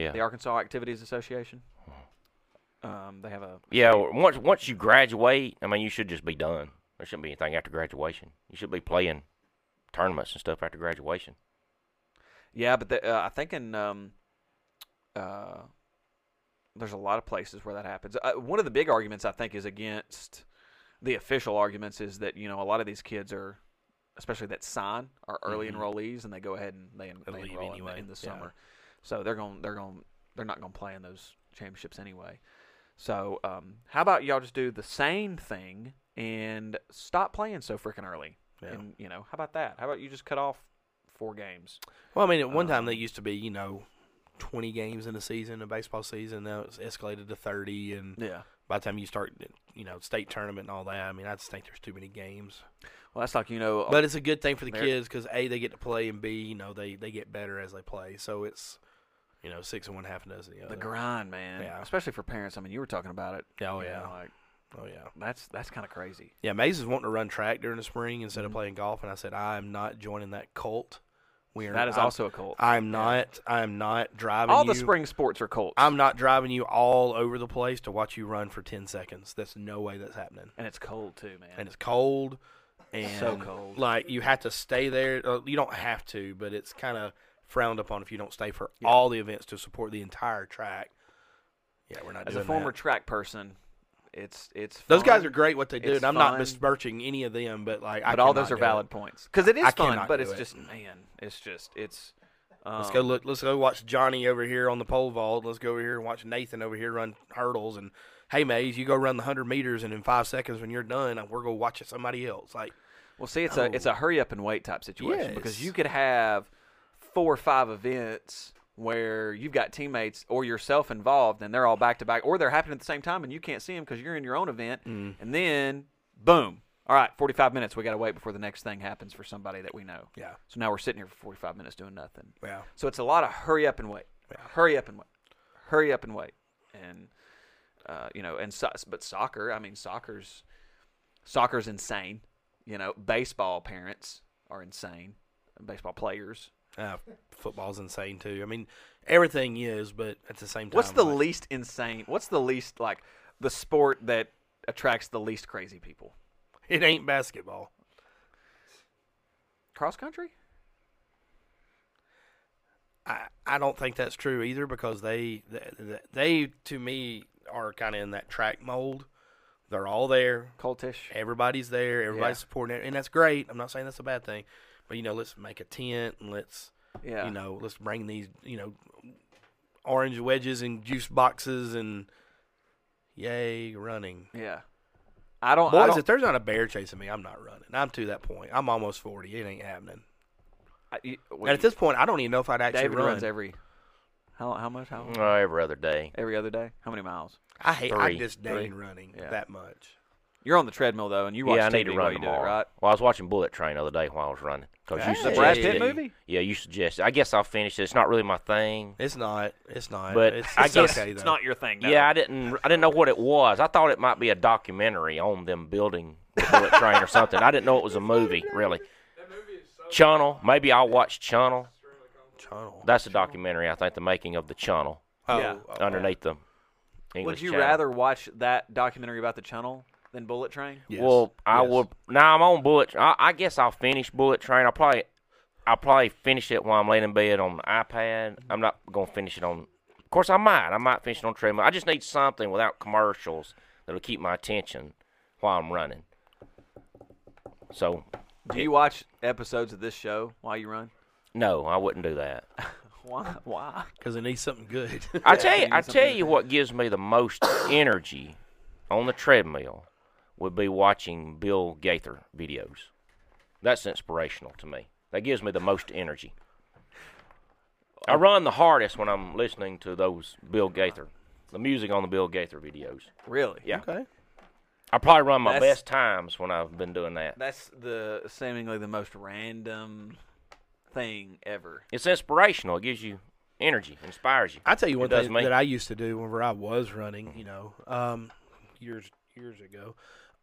Yeah. the Arkansas Activities Association. Um, they have a Yeah, or once once you graduate, I mean, you should just be done. There shouldn't be anything after graduation. You should be playing tournaments and stuff after graduation. yeah, but the, uh, I think in um, uh, there's a lot of places where that happens. Uh, one of the big arguments I think is against the official arguments is that you know a lot of these kids are, especially that sign, are early Mhm. enrollees and they go ahead and they, en- They they leave enroll in the- anyway, in, the yeah. summer, so they're going they're going they're not going to play in those championships anyway. So um, how about y'all just do the same thing and stop playing so freaking early? Yeah. And you know how about that? How about you just cut off four games? Well, I mean, at one time Um, they used to be, you know, twenty games in a season, a baseball season. Now it's escalated to thirty, and Yeah. by the time you start, you know, state tournament and all that, I mean, I just think there's too many games. Well, that's like you know. But it's a good thing for the There- kids because a they get to play, and b you know they they get better as they play. So it's you know six and one half a dozen the other. the grind, man. Yeah. Especially for parents. I mean, you were talking about it. Yeah, oh, you know, yeah. like oh yeah, that's that's kind of crazy. yeah. Mays is wanting to run track during the spring instead of Mhm. playing golf, and I said I am not joining that cult. We are That is I'm- also a cult. I'm not. I'm not driving. All the you- spring sports are cults. I'm not driving you all over the place to watch you run for ten seconds. That's no way that's happening. and it's cold too, man. And it's cold, and So cold. Like you have to stay there. Uh, you don't have to, but it's kind of frowned upon if you don't stay for all the events to support the entire track. Yeah, we're not As a doing former that. track person, it's it's Those guys fun, are great what they do, It's and I'm not fun, besmirching any of them, but like I But all those cannot are do valid it. points because it is I fun. cannot But do it's it. just man, it's just it's. Um, Let's go look. Let's go watch Johnny over here on the pole vault. Let's go over here and watch Nathan over here run hurdles. And hey, Mays, you go run the hundred meters, and in five seconds when you're done, uh, we're gonna watch it somebody else. Like Well, see, it's a it's a hurry up and wait type situation because you Oh. Yes. could have four or five events where you've got teammates or yourself involved, and they're all back to back, or they're happening at the same time, and you can't see them because you're in your own event, Mm. and then boom. All right, 45 minutes. We got to wait before the next thing happens for somebody that we know. Yeah. So now we're sitting here for 45 minutes doing nothing. Yeah. So it's a lot of hurry up and wait. Hurry up and wait. Hurry up and wait. And uh, you know, and so, but soccer, I mean soccer's soccer's insane. You know, baseball parents are insane. Baseball players. uh, football's insane too. I mean, everything is, but at the same time, What's the like, least insane? What's the least like the sport that attracts the least crazy people? It ain't basketball. Cross country? I I don't think that's true either because they they, they to me are kind of in that track mold. They're all there. Cultish. Everybody's there. Everybody's Yeah. supporting it, and that's great. I'm not saying that's a bad thing, but you know, let's make a tent and let's, Yeah. you know, let's bring these, you know, orange wedges and juice boxes and yay running. Yeah. I don't I Boys, don't, if there's not a bear chasing me, I'm not running. I'm to that point. I'm almost forty. It ain't happening. I- you- And at this point, I don't even know if I'd actually David run. Mm. runs every how how much how Oh, every other day. Uh, every other day? How many miles? I hate. I Three. just Three. hate running Yeah. that much. You're on the treadmill though, and you watch Yeah, I TV need to while run you tomorrow. do it, right? Well, I was watching Bullet Train the other day while I was running. Cause you Hey. The suggested, Brad Pitt it. movie? Yeah, you suggested. I guess I'll finish it. It's not really my thing. It's not. It's not. But it's, I it's guess okay, It's though. not your thing. though. Yeah, I didn't. I didn't know what it was. I thought it might be a documentary on them building the Bullet Train or something. I didn't know it was a movie. Really. Channel. Maybe I'll watch Channel. Tunnel. That's a documentary. I think the making of the Channel Oh, Yeah. oh, underneath the English Uh, Would you Channel. rather watch that documentary about the channel than Bullet Train? yes. Well, I Yes. will. Now I'm on bullet. I, I guess I'll finish Bullet Train. I'll probably, I'll probably finish it while I'm laying in bed on the iPad. I'm not gonna finish it on. Of course, I might. I might finish it on treadmill. I just need something without commercials that'll keep my attention while I'm running. So, Do you watch episodes of this show while you run? no, I wouldn't do that. Why? Why? because it needs something good. I tell you, you I need something tell you what gives me the most energy on the treadmill would be watching Bill Gaither videos. That's inspirational to me. That gives me the most energy. Oh. I run the hardest when I'm listening to those Bill Gaither, the music on the Bill Gaither videos. Really? Yeah. Okay. I probably run my That's- best times when I've been doing that. That's the seemingly the most random thing ever. It's inspirational. It gives you energy, inspires you. I tell you one It does thing me. that I used to do whenever I was running, you know, um, years years ago,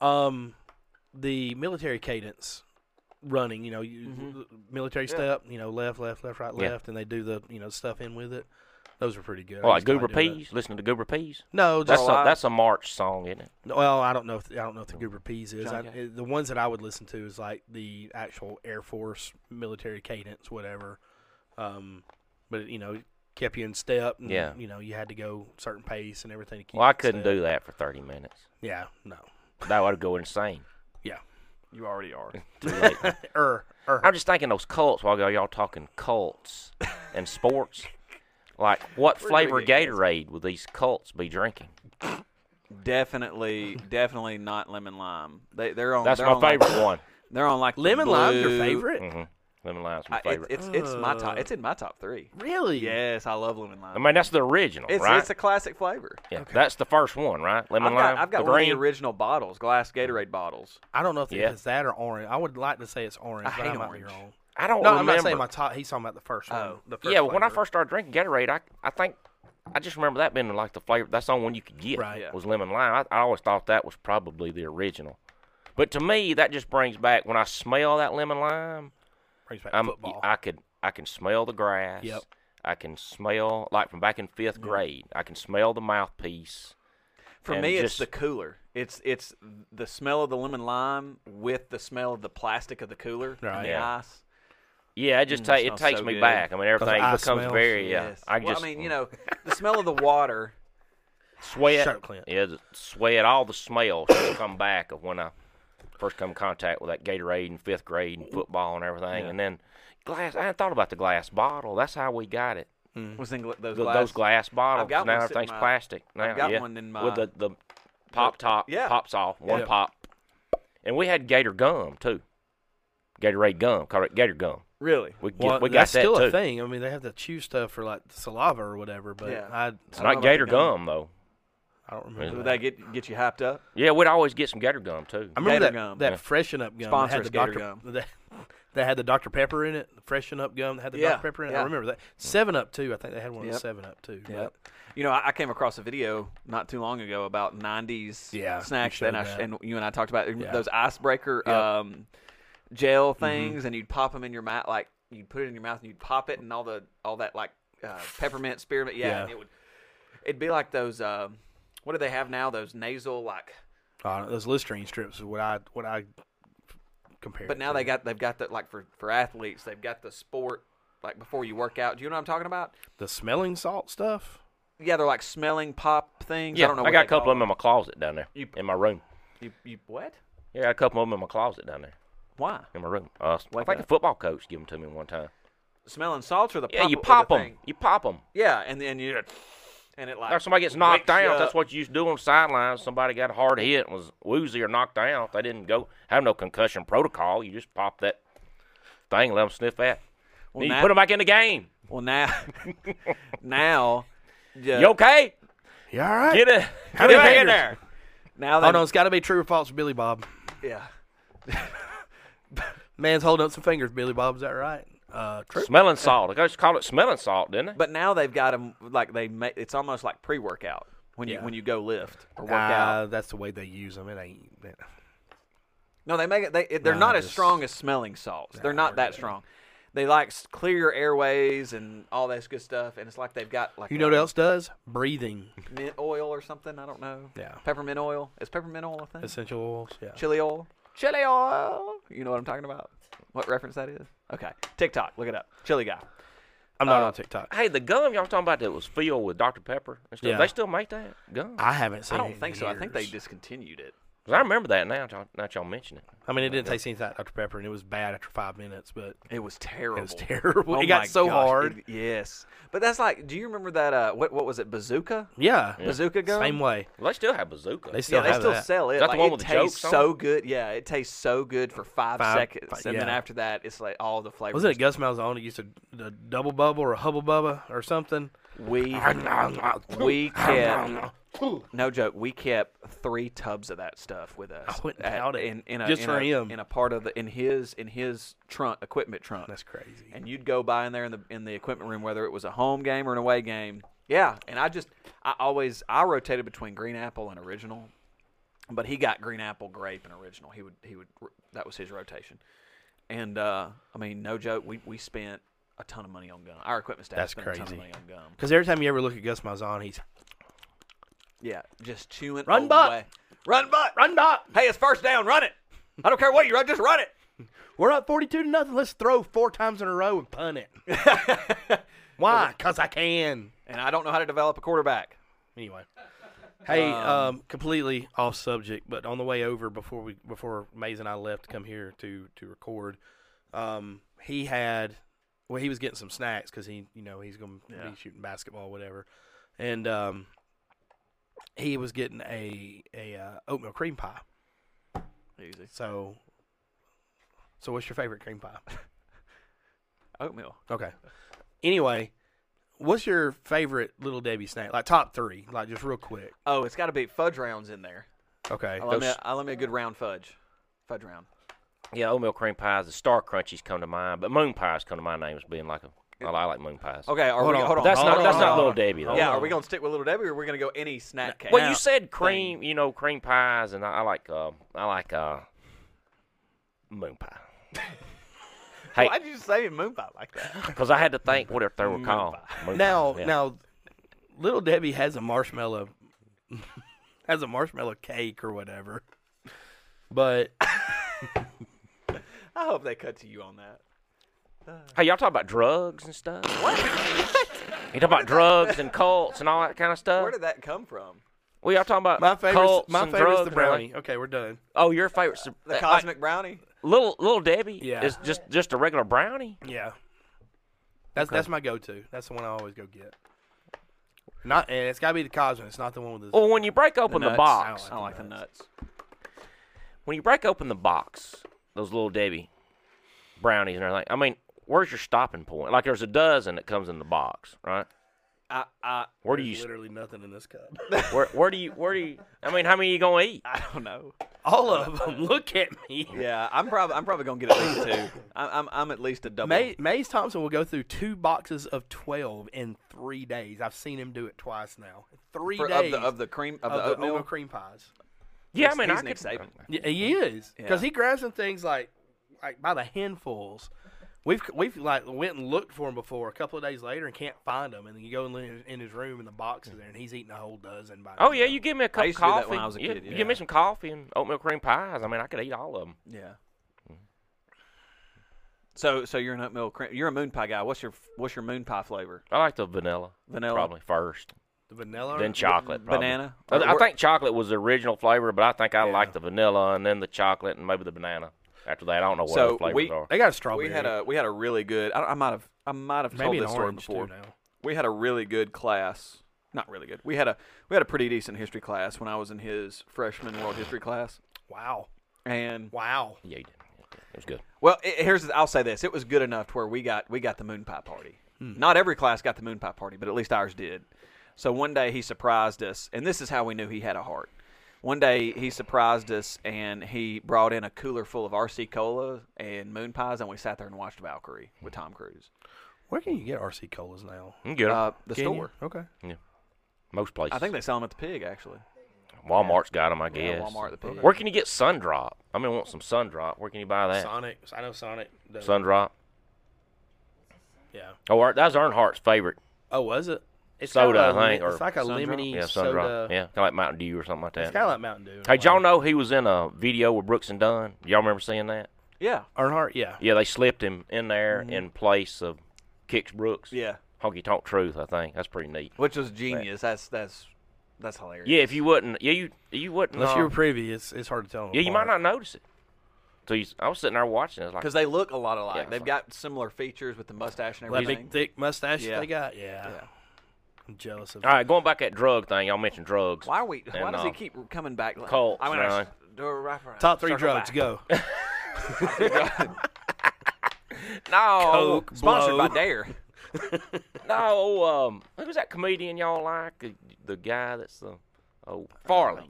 um, the military cadence running, you know, you, military step, you know, left, left, left, right, Mm-hmm. Yeah. left, and they do the you know stuff in with it. Those are pretty good. I Oh, like used to Goober do that. Peas. Listen to Goober Peas. No, That's just a, Oh, I- that's a march song, isn't it? well, I don't know. If, I don't know if the Goober Peas is. I, John Jay. it- the ones that I would listen to is like the actual Air Force military cadence, whatever. Um, but you know, it kept you in step. And, Yeah. You know, you had to go certain pace and everything to keep. Well, I in couldn't step. do that for 30 minutes. Yeah. No. That would go insane. Yeah. You already are. Too late. Er. Er. I'm just thinking those cults. While I go, y'all talking cults and sports. Like, what We're flavor gonna get canceled. Gatorade would these cults be drinking? definitely, definitely not lemon lime. They they're on. That's they're my on like- favorite one. they're on like the Lemon lime's your blue- favorite? Mm-hmm. Lemon lime's I, my it- favorite. it's it's my top. It's in my top three. Really? Yes, I love lemon lime. I mean, that's the original, it's right? it's a classic flavor. yeah, that's the first one, right? Lemon I've lime. got, I've got the one green. of the original bottles, glass Gatorade bottles. I don't know if Yeah. it's that or orange. I would like to say it's orange. I but hate I might be orange. wrong. I don't No, I'm remember. not saying my top. He's talking about the first one. Oh. The first yeah, when I flavor. first started drinking Gatorade, I I think I just remember that being like the flavor. That's the only one you could get Right. Yeah. was lemon lime. I, I always thought that was probably the original. But to me, that just brings back when I smell that lemon lime. brings back I'm, football. I could I can smell the grass. Yep. I can smell like from back in fifth grade. I can smell the mouthpiece. For And me, it's just- the cooler. It's it's the smell of the lemon lime with the smell of the plastic of the cooler Right. and the Yeah. ice. Yeah, it just Mm, ta- it it smells takes so me good. back. I mean, everything eye becomes smells. very yeah. Yes. I can well, just Mm. I mean, you know, the smell of the water. sweat. Shut up, Clint. Yeah, the sweat. All the smells just come back of when I first come in contact with that Gatorade in fifth grade and football and everything, and then glass. I hadn't thought about the glass bottle. That's how we got it. Mm. Was in gla- those, Th- glass, Those glass bottles. got now one sitting in everything's my- plastic. Now, I've got yeah. one in with my- the, the pop top. Yeah. pops off one Yeah. pop. And we had Gator gum too. Gatorade gum, called it Gator gum. Really? We, get, Well, we got that's that still too. a thing. I mean, they have to chew stuff for like saliva or whatever. But Yeah. I, It's I don't not know about Gator the gum. gum though. I don't remember. Did that. they get get you hyped up? Yeah, we'd always get some Gator gum too. I remember Gator that, gum. that Yeah. freshen up gum. Sponsor that had us, the Gator Dr. gum. That, that had the Dr. Pepper in it. The freshen up gum that had the Yeah, Dr. Pepper in it. yeah. I remember that. Seven up too. I think they had one of Yep. the seven up too. Yep. But You know, I, I came across a video not too long ago about '90s Yeah, you snacks, showed and I, that. and you and I talked about it, Yeah. Mm-hmm. those icebreaker um, gel things, and you'd pop them in your mouth, like you'd put it in your mouth, and you'd pop it, and all the all that like uh, peppermint, spearmint, yeah, Yeah. And it would it'd be like those. Um, what do they have now? Those nasal like, uh, those Listerine strips is what I what I compared. but now they got they've got the like for for athletes, they've got the sport like before you work out. Do you know what I'm talking about? the smelling salt stuff. Yeah, they're like smelling pop things. yeah, I don't know. I what got they a couple call of them in my closet down there You- in my room. You, you what? Yeah, I got a couple of them in my closet down there Why? in my room. Uh, I Wake think a up. football coach gave them to me one time. Smelling salts or the Yeah, you or the pop them. thing? You pop them. Yeah, and then you and it like If somebody gets knocked wakes you down, that's up. what you used to do on the sidelines. Somebody got hard hit and was woozy or knocked down. If they didn't go have no concussion protocol, you just pop that thing, let them sniff that. Well, then you now- put them back in the game. Well, now, now, yeah, You okay? Yeah, all right. Get it. How many get it back in fingers? there. now Oh that no, it's got to be true or false, Billy Bob. yeah, Man's holding up some fingers. Billy Bob, is that right? Uh, true. Smelling salt. The coach called it smelling salt, didn't they? but now they've got them like they make it's almost like pre-workout when you Yeah. when you go lift or work Uh, out. that's the way they use them. It ain't. man. No, they make it. They it- they're Nah, not as just- strong as smelling salts. they're not that strong. They like s- clear your airways and all this good stuff, and it's like they've got like You know a what else does? Breathing mint oil or something. I don't know. Yeah. peppermint oil is peppermint oil a thing? essential oils. Yeah. chili oil. Chili oil. You know what I'm talking about? What reference that is? Okay. TikTok. Look it up. Chili guy. I'm Uh, not on TikTok. Hey, the gum y'all talking about that was filled with Dr. Pepper and stuff. Yeah. They still make that gum. I haven't seen. I it don't in think so. I think they years. discontinued it. Because I remember that now. Now that y'all mention it. I mean, it didn't taste anything like Dr. Pepper, and it was bad after five minutes, but It was terrible. it was terrible. Oh it got my so gosh, hard. it- yes, but that's like. Do you remember that? Uh, what what was it? Bazooka. yeah. Bazooka gum. Same way. Well, they still have bazooka. They still yeah, they have still that. sell it. Is that the like, one it with the tastes jokes on so good. Yeah, it tastes so good for five, Five- seconds, fi- and then yeah. after that, it's like all the flavors. Was it at Gus Malzone? He used to the double bubble or a hubble bubba or something. We we kept no joke. We kept three tubs of that stuff with us. I wouldn't doubt it. In, in a, Just in for a, him. In a part of the in his in his trunk equipment trunk. That's crazy. and you'd go by in there in the in the equipment room, whether it was a home game or an away game. Yeah, and I just I always I rotated between green apple and original, but he got green apple, grape, and original. He would he would that was his rotation, and uh, I mean no joke, we we spent a ton of money on gum. Our equipment staff That's spent a ton crazy. of money on gum. Because every time you ever look at Gus Malzahn, he's Yeah, just chewing. Run, away. Buck. run butt, run butt. Hey, it's first down, run it. I don't care what you run, just run it. we're up forty-two to nothing. Let's throw four times in a row and punt it. Why? Because I can. And I don't know how to develop a quarterback. Anyway. Hey, um, completely off subject, but on the way over before we before Mays and I left to come here to to record, um, he had well he was getting some snacks because he you know he's gonna Yeah. be shooting basketball whatever, and um, he was getting a a uh, oatmeal cream pie. Easy So, so what's your favorite cream pie? oatmeal. Okay. Anyway, what's your favorite Little Debbie snack? Like top three, like just real quick. Oh, it's got to be fudge rounds in there. Okay. I love, me, Those- I love me a good round fudge. Fudge round. Yeah, oatmeal cream pies. The star crunchies come to mind, but moon pies come to my name as being like a. I li- I like moon pies. Okay, are Hold we, on. hold on. That's hold not- on, that's hold not on. Little Debbie, though. Yeah, Hold are we on. going to stick with Little Debbie or we're going to go any snack cake? Well, you said cream. You know, cream pies, and I, I like. Uh, I like uh, moon pie. hey, Why did you say moon pie like that? because I had to think what if they were called. Moon Now, pie, yeah. now, Little Debbie has a marshmallow, has a marshmallow cake or whatever. But I hope they cut to you on that. Hey, y'all talk about drugs and stuff. What? you talk about drugs and cults and all that kind of stuff. Where did that come from? Well, y'all talking about my favorite, cults my and favorite's the drugs and all that- brownie. Okay, we're done. Oh, your favorite The cosmic brownie? little little Debbie Yeah. is just just a regular brownie. Yeah, that's that's my go-to. That's the one I always go get. Not, and it's got to be the Cosmic. It's not the one with the. Well, when you break open the, nuts. box, I don't like the nuts. when you break open the box, those little Debbie brownies and everything. I mean, where's your stopping point? Like, there's a dozen that comes in the box, right? I, I, Where do you literally nothing in this cup. where, where do you where do you? I mean, how many you gonna eat? I don't know. All of them. Look at me. Yeah, I'm probably I'm probably gonna get at least two. I'm I'm, I'm at least a double. May, Mays Thompson will go through two boxes of twelve in three days. I've seen him do it twice now. Three for, of days the of the cream of of, the the oatmeal. oatmeal cream pies. Yeah, I He's- mean, he's I Nick could. Saban. Yeah, he is because Yeah. he grabs some things like like by the handfuls. We've we've like went and looked for him before a couple of days later and can't find him. And then you go in his, in his room and the box is there and he's eating a whole dozen. By Oh yeah, you give me a cup of used to do coffee. that when I was a Yeah, kid, You give me yeah. some coffee and oatmeal cream pies. I mean, I could eat all of them. Yeah. So so you're an oatmeal cream. You're a moon pie guy. What's your what's your moon pie flavor? I like the vanilla. Vanilla. probably first, the vanilla. then chocolate. probably. banana? I, Or- I or- think chocolate was the original flavor, but I think I Yeah. like the vanilla and then the chocolate and maybe the banana. After that, I don't know what So, other flavors we- are. They got a strawberry. We had a we had a really good. I, I might have I might have told maybe an this story orange before. too now. We had a really good class. Not really good. We had a we had a pretty decent history class when I was in his freshman world history class. Wow, And wow. Yeah, you did. It was good. well, i here's I'll say this: it was good enough to where we got we got the moon pie party. Hmm. Not every class got the moon pie party, but at least ours did. So one day he surprised us, and this is how we knew he had a heart. One day he surprised us, and he brought in a cooler full of RC cola and moon pies, and we sat there and watched Valkyrie with Tom Cruise. Where can you get RC colas now? You can get 'em. Uh, the Can you? store. Okay. Most places. I think they sell them at the pig, actually. Walmart's got 'em, I Yeah, guess. Walmart, the pig. Where can you get Sundrop? I mean, I want some Sundrop. Where can you buy that? Sonic. I know Sonic. does- Sundrop. Yeah. Oh, Er- that's Earnhart's favorite. Oh, was it? It's Soda, kinda I like- think, or It's like a Sundrop? lemony Yeah, Sundrop. soda. Yeah, kind of like Mountain Dew or something like that. It's kind of like Mountain Dew. in a Hey, way. did y'all know he was in a video with Brooks and Dunn? Y'all remember seeing that? Yeah, Earnhardt. Yeah. Yeah, they slipped him in there Mm-hmm. in place of Kix Brooks. yeah. Honky Tonk Truth, I think. That's pretty neat. Which was genius. That's that's That's hilarious. Yeah, if you wouldn't, yeah, you you wouldn't. Unless uh, you were privy, it's it's hard to tell. 'em yeah, you might apart. not notice it. So you, s- I was sitting there watching. it. I was because like, they look a lot alike. Yeah, They've fuck. got similar features with the mustache and That everything. big thick mustache Yeah. they got. Yeah. Yeah. I'm jealous of. all right, going back that drug thing. Y'all mentioned drugs. Why are we? Why And, does uh, he keep coming back? Like, Colts, I mean, I man. s- do a reference. Top three Circle drugs. back. Go. No, Coke, sponsored blow. by Dare. No, um, who was that comedian y'all like? The, the guy that's the oh Farley.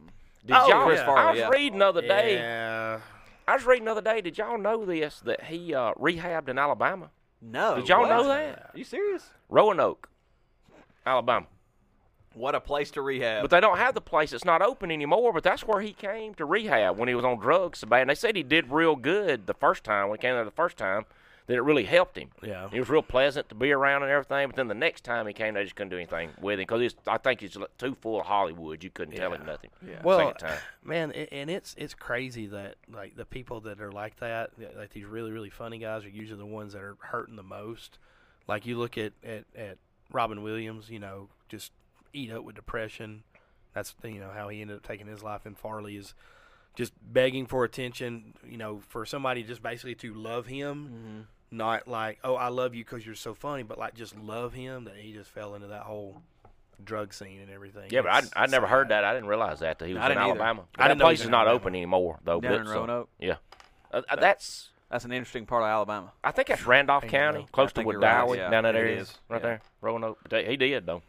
Did Oh, y'all? Chris I Farley, was Um, yeah. reading the other day. Yeah. I was reading the other day. Did y'all know this? That he uh, rehabbed in Alabama, No, Did y'all what? know that? Are you serious? Roanoke, Alabama. What a place to rehab. But they don't have the place. It's not open anymore. But that's where he came to rehab when he was on drugs so bad. And they said he did real good the first time when he came there the first time. That it really helped him. Yeah. he was real pleasant to be around and everything. But then the next time he came, they just couldn't do anything with him because I think he's too full of Hollywood. You couldn't tell him nothing. Yeah. Well, second time. man, a- and it's it's crazy that like the people that are like that, that- like these really really funny guys, are usually the ones that are hurting the most. Like you look at at, at Robin Williams, you know, just eat up with depression. That's you know how he ended up taking his life. And Farley is just begging for attention. You know, for somebody just basically to love him. Mm-hmm. Not like, oh, I love you because you're so funny, but like just love him that he just fell into that whole drug scene and everything. Yeah, but I It's I never sad. heard that. I didn't realize that, that he was I in didn't either. Alabama. I That didn't know he place was is in not Alabama. open anymore though. Down but in so- Roanoke? Yeah, Uh, uh, that's That's an interesting part of Alabama. I think that's Randolph County, close to think you're right, Wadawi, yeah. down that It area, is, right yeah. there, Roanoke. But they- he did though.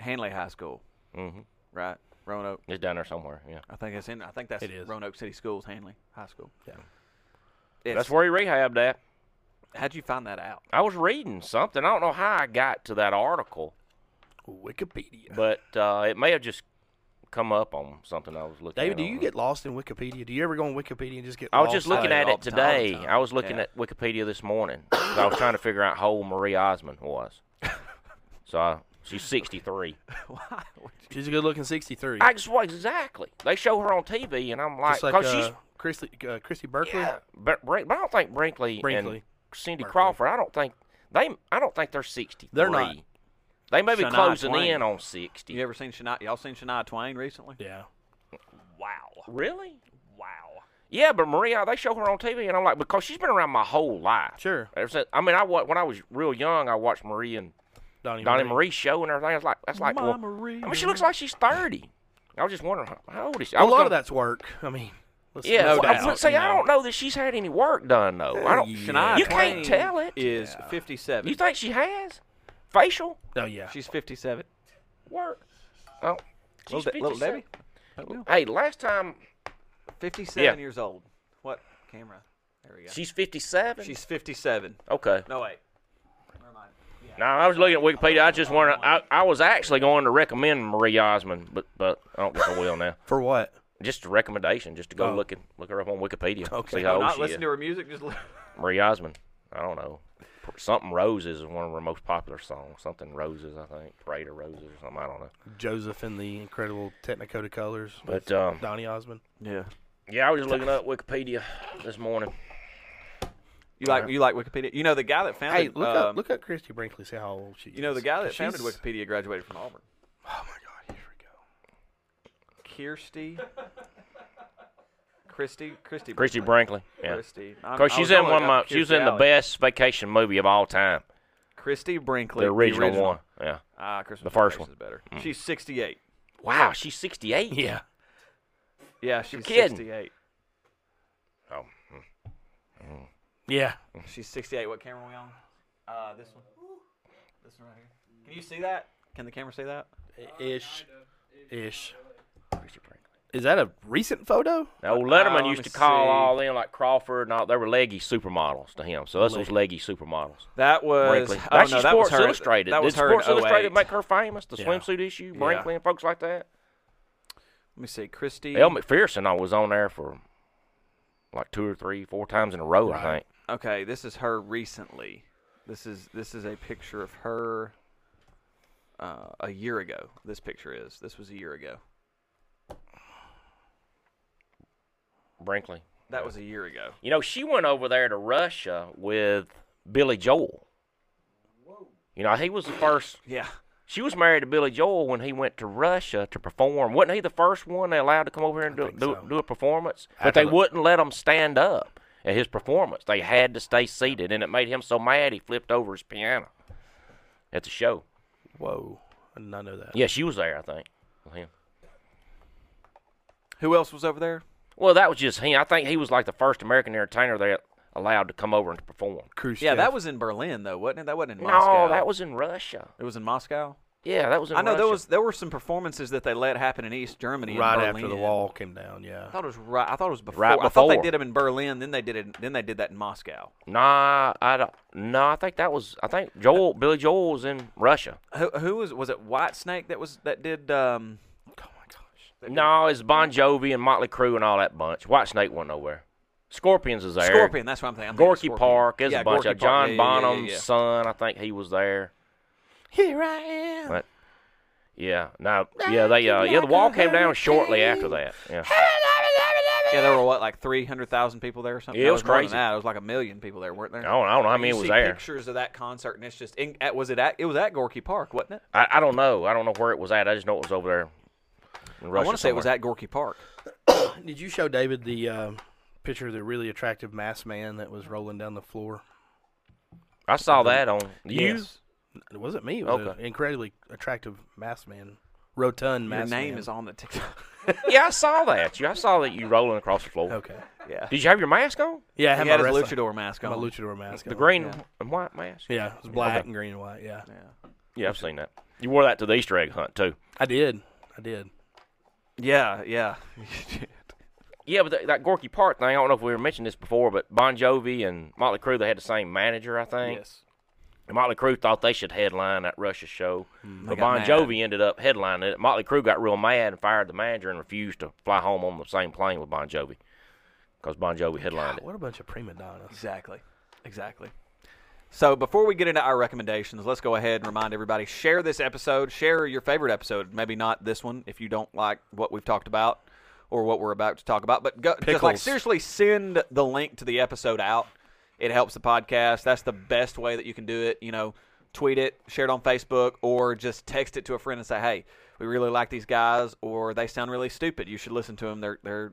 Hanley High School, hmm right? Roanoke. It's down there somewhere. Yeah, I think that's in. I think that's It is. Roanoke City Schools, Hanley High School. Yeah. It's- that's where he rehabbed at. How'd you find that out? I was reading something. I don't know how I got to that article, Wikipedia. but uh, it may have just come up on something I was looking. David, at do on- you get lost in Wikipedia? Do you ever go on Wikipedia and just get? I was lost? just looking Oh, at all it the time, all the today. time. I was looking Yeah. at Wikipedia this morning. 'cause I was trying to figure out how old Marie Osmond was. So I, she's 63. Why? would you- She's a good-looking sixty-three. I just well, exactly. They show her on TV, and I'm like, just like because she's uh, Christy, uh, Christy Berkeley. yeah, but, Brink- but I don't think Brinkley, and Brinkley. Cindy Brinkley. Crawford. I don't think they. I don't think they're 63. They're not. They may be Shania closing Twain. in on 60. You ever seen Shania? Y'all seen Shania Twain recently? Yeah. Wow. Really? Wow. Yeah, but Maria, they show her on TV, and I'm like, because she's been around my whole life. Sure. Ever since, I mean, I wa- when I was real young, I watched Maria and Donnie, Donnie Marie. Marie show and everything. I was like, that's like, well, Maria. I mean, she looks like she's 30. I was just wondering how- how old is she. I A was lot of gonna- that's work. I mean, let's, Yeah, let's well, be I- honest, but see, you I know. don't know that she's had any work done though. I don't. Shania you Twain can't tell it. is 57. You think she has facial Oh yeah. She's 57. work? Oh, she's little, Da- little 57. Debbie. Don't know. Hey, last time 57 Yeah. years old. What camera? There we go. she's 57. She's 57. okay. No wait. No, I was looking at Wikipedia. I just wanted. I, I was actually going to recommend Marie Osmond, but but I don't guess I will now. For what? Just a recommendation, just to go Oh. look and look her up on Wikipedia. Okay. See how No, old not she listen is. to her music. Just li- Marie Osmond. I don't know. P- Something Roses is one of her most popular songs. Something Roses, I think. Parade of Roses or something. I don't know. Joseph and the Incredible Technicolor Colors. But um, Donnie Osmond. yeah. yeah, I was just looking up Wikipedia this morning. You like you like Wikipedia? You know the guy that founded. Hey, look up um, look up Christy Brinkley. See how old she is. You know the guy that founded She's- Wikipedia graduated from Auburn. Oh my God! Here we go. Kirsty. Christy. Christy. Christy Brinkley. Yeah. Christy. Because she's in one of my, she was in the best vacation movie of all time, Christy Brinkley. the original, one. Yeah. Ah, Christmas The first Vacation one. Mm. is better. She's 68. Wow, she's 68. Yeah. Yeah, she's kidding. 68. Oh, Yeah. She's 68. What camera are we on? Uh, this one. This one right here. Can you see that? Can the camera see that? Ish. Ish. Christy Brinkley. Is that a recent photo? Now, old Uh, Letterman let used me to call see. all in like Crawford and all. They were leggy supermodels to him. So this was leggy supermodels. That was. Brinkley. Oh, Actually, no, that was Sports her, Illustrated. That was Did her Sports in 08. Illustrated make her famous? The Yeah. swimsuit issue, Yeah. Brinkley and folks like that. Let me see. Christy. El McPherson, I was on there for like two or three, four times in a row, I think. Okay, this is her recently. This is this is a picture of her uh, a year ago. This picture is. This was a year ago. Brinkley. That was a year ago. You know, she went over there to Russia with Billy Joel. You know, he was the first Yeah. She was married to Billy Joel when he went to Russia to perform. Wasn't he the first one they allowed to come over here and do, think do, so. do a performance? But After they the- wouldn't let him stand up at his performance. They had to stay seated, and it made him so mad he flipped over his piano at the show. Whoa, I did not know that. Yeah, she was there, I think. with him. Who else was over there? Well, that was just him. I think he was like the first American entertainer they allowed to come over and to perform. Khrushchev. Yeah, that was in Berlin though, wasn't it? That wasn't in Moscow. No, that was in Russia. It was in Moscow. Yeah, that was in I know there Russia. was there were some performances that they let happen in East Germany. in right after the Berlin. wall came down. I Yeah, thought it was right. I thought it was before. Right I thought they before. did them in Berlin. Then they did it. Then they did that in Moscow. Nah, I don't. No, I think that was. I think Joel, Billy Joel, was in Russia. Who, who was was it? White Snake that was that did. Um, No, it's Bon Jovi and Motley Crue and all that bunch. White Snake wasn't nowhere. Scorpions is there. Scorpion. That's what I'm thinking. I'm thinking Gorky Scorpion. Park. There's Yeah, a bunch Gorky of Park. John Yeah, yeah, yeah, Bonham's yeah, yeah. son. I think he was there. Here I am. But yeah, no, yeah, they uh, yeah, the wall came down shortly after that. Yeah, Yeah, there were what like three hundred thousand people there or something. Yeah, it No, was more than crazy. That. It was like a million people there, weren't I there? don't, I don't know how You many was see there. Pictures of that concert, and it's just in, at, was it at it was at Gorky Park, wasn't it? I, I don't know. I don't know where it was at. I just know it was over there. In Russia I want to say it was somewhere. at Gorky Park. Did you show David the um picture of the really attractive masked man that was rolling down the floor? I saw that on you. Yes. It wasn't me. It was Okay. an incredibly attractive masked man, rotund Your masked man. name is on the TikTok. Yeah, I saw that. You, I saw that you rolling across the Oh. floor. okay. yeah, Did you have your mask on? Yeah, I had, he had my his wrestling- luchador mask my on. luchador mask. The on. green and white mask. Yeah, it was black and green and white. Yeah, Yeah, I've seen that. You wore that to the Easter egg hunt too. I did. I did. yeah, yeah. Yeah, but that, that Gorky Park thing. I don't know if we were mentioning this before, but Bon Jovi and Motley Crue they had the same manager, I think. yes. And Motley Crue thought they should headline that Russia show, but got Bon mad. Jovi ended up headlining it. Motley Crue got real mad and fired the manager and refused to fly home on the same plane with Bon Jovi because Bon Jovi headlined it. What a bunch of prima donnas. Exactly. Exactly. So before we get into our recommendations, let's go ahead and remind everybody share this episode, share your favorite episode, maybe not this one if you don't like what we've talked about or what we're about to talk about, but go, just like Pickles. seriously send the link to the episode out. It helps the podcast. That's the best way that you can do it, you know, tweet it, share it on Facebook or just text it to a friend and say, "Hey, we really like these guys or they sound really stupid. You should listen to them. They're they're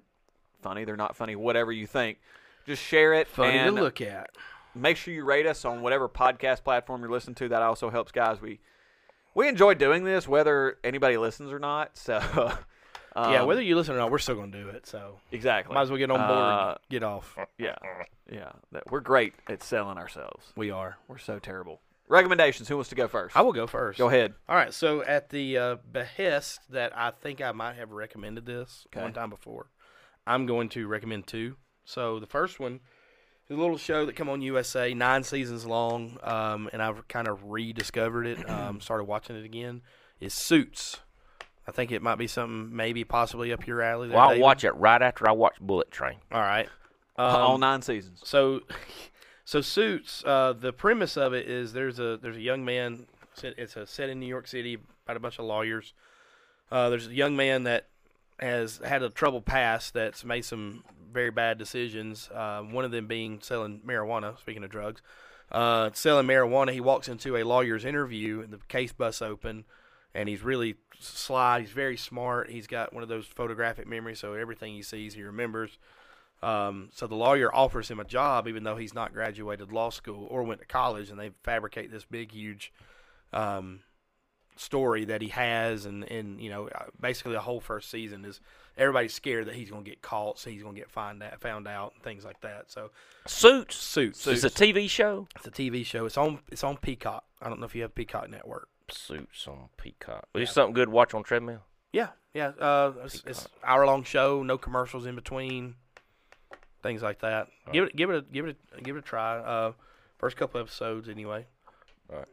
funny, they're not funny, whatever you think." Just share it Funny and to look at. make sure you rate us on whatever podcast platform you're listening to. That also helps, guys. We we enjoy doing this, whether anybody listens or not. So, um, yeah, whether you listen or not, we're still gonna do it. So exactly, might as well get on board. Uh, and get off. yeah, yeah. That- we're great at selling ourselves. We are. We're so terrible. Recommendations. Who wants to go first? I will go first. go ahead. All right. So at the uh, behest that I think I might have recommended this one time before, I'm going to recommend two. So the first one is a little show that come on USA, nine seasons long, um, and I've kind of rediscovered it. Um, started watching it again. Is Suits. I think it might be something maybe possibly up your alley. There, Well, I'll David. watch it right after I watch Bullet Train. All right. All nine seasons. So, so Suits. Uh, the premise of it is there's a there's a young man. set- It's a set in New York City about a bunch of lawyers. Uh, there's a young man that has had a troubled past that's made some very bad decisions. Uh, one of them being selling marijuana. Speaking of drugs, uh, selling marijuana. He walks into a lawyer's interview, and the case busts open, and he's really sly. He's very smart. He's got one of those photographic memories, so everything he sees, he remembers. Um, so the lawyer offers him a job, even though he's not graduated law school or went to college, and they fabricate this big, huge um, story that he has, and and you know, uh, basically the whole first season is everybody's scared that he's going to get caught, so he's going to get find out, found out, and things like that. So Suits. Suits. It's a TV show. it's a TV show. It's on it's on Peacock. I don't know if you have Peacock Network. Suits on Peacock. Is something good to watch on treadmill? Yeah, yeah. Uh, it's, it's hour long show, no commercials in between, things like that. Give it, give it, a, give it, a, give it a try. Uh, first couple episodes, anyway.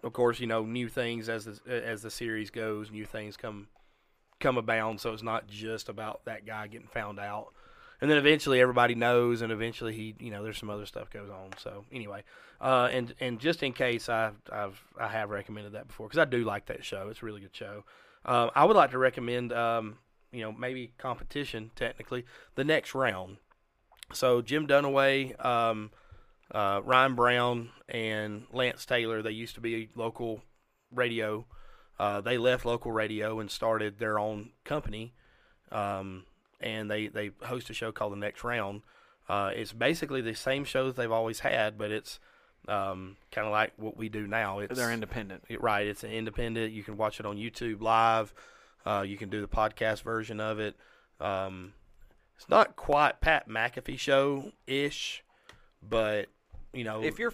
Of course, you know new things as the as the series goes, new things come come abound. So it's not just about that guy getting found out. And then eventually everybody knows, and eventually he, you know, there's some other stuff goes on. So anyway, uh, and and just in case I I've I have recommended that before because I do like that show. It's a really good show. Um, I would like to recommend, um, you know, maybe competition technically the next round. So Jim Dunaway, um, uh, Ryan Brown, and Lance Taylor. They used to be local radio Uh, they left local radio and started their own company, um, and they they host a show called The Next Round. Uh, it's basically the same shows they've always had, but it's um, kind of like what we do now. It's They're independent. it- right. It's an independent. You can watch it on YouTube live. Uh, you can do the podcast version of it. Um, it's not quite Pat McAfee show ish, but you know If you're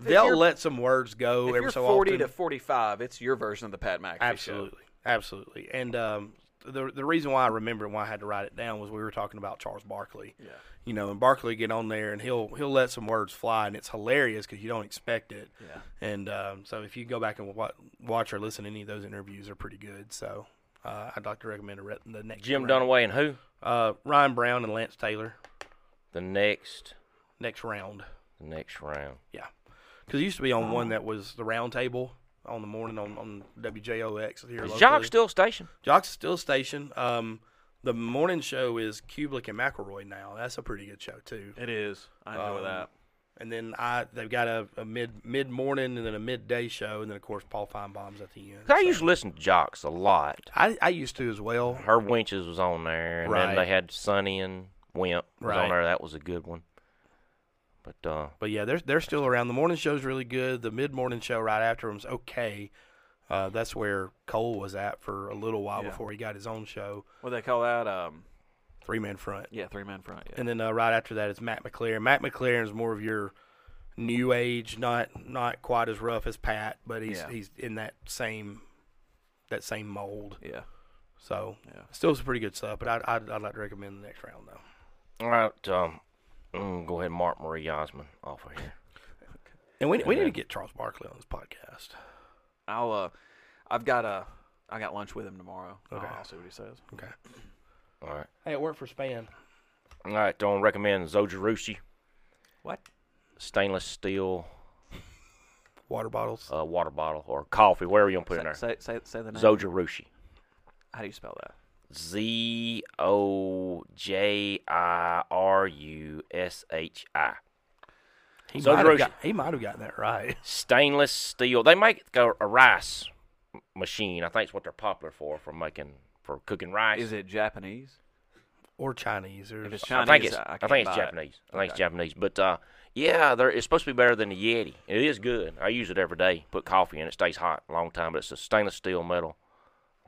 they'll if you're, let some words go if every you're so forty often. to forty five, it's your version of the Pat McAfee show. absolutely, absolutely. And um, the the reason why I remember and why I had to write it down was we were talking about Charles Barkley. Yeah. You know, and Barkley get on there and he'll he'll let some words fly, and it's hilarious because you don't expect it. Yeah. And um, so if you go back and wa- watch or listen to any of those interviews, they're pretty good. So uh, I'd like to recommend a re- the next Jim round. Dunaway and who? uh, Ryan Brown and Lance Taylor The next, next round. the next round. Yeah, because it used to be on one that was the round table on the morning on, on WJOX here. Is locally. Jock still stationed? Jock's still station. Um, the morning show is Kublik and McElroy now. That's a pretty good show too. It is. I know Um, that. And then I they've got a, a mid mid morning and then a midday show and then of course Paul Feinbaum's at the end. 'Cause I So- used to listen to Jocks a lot. I, I used to as well. Her Winches was on there, and Right. then they had Sonny and Wimp was Right. on there. That was a good one. But uh, But yeah, they're they're still around. The morning show's really good. The mid morning show right after them's okay. Uh, that's where Cole was at for a little while Yeah. before he got his own show, What do they call that? Um, three man front. yeah, three man front. Yeah. and then uh, right after that is Matt McLaren. Matt McLaren's more of your new age, not not quite as rough as Pat, but he's Yeah. he's in that same that same mold. yeah. So Yeah. still some pretty good stuff. But I, I'd I'd like to recommend the next round though. all right, um, mm, go ahead, and mark Marie Osmond off of here. And we, we need to get Charles Barkley on this podcast. I'll. Uh, I've got a. I got lunch with him tomorrow. Okay. I'll see what he says. Okay. All right, Hey, it worked for Span. all right. Don't recommend Zojarushi What? stainless steel Water bottles. uh, water bottle or coffee, whatever you want to put in Say, there. say, say, say the name. Zojarushi. How do you spell that? Z O J I R U S H I. He So might have Druzy. got, he might have gotten that right. Stainless steel. They make a, a rice m- machine. I think it's what they're popular for, for making, for cooking rice. Is it Japanese? Or Chinese. Or If it's I Chinese, think it's, I, I, can't think it's buy it. Japanese. I think it's Japanese. But uh, yeah, they're, it's supposed to be better than the Yeti. It is good. I use it every day. Put coffee in. It stays hot a long time. But it's a stainless steel metal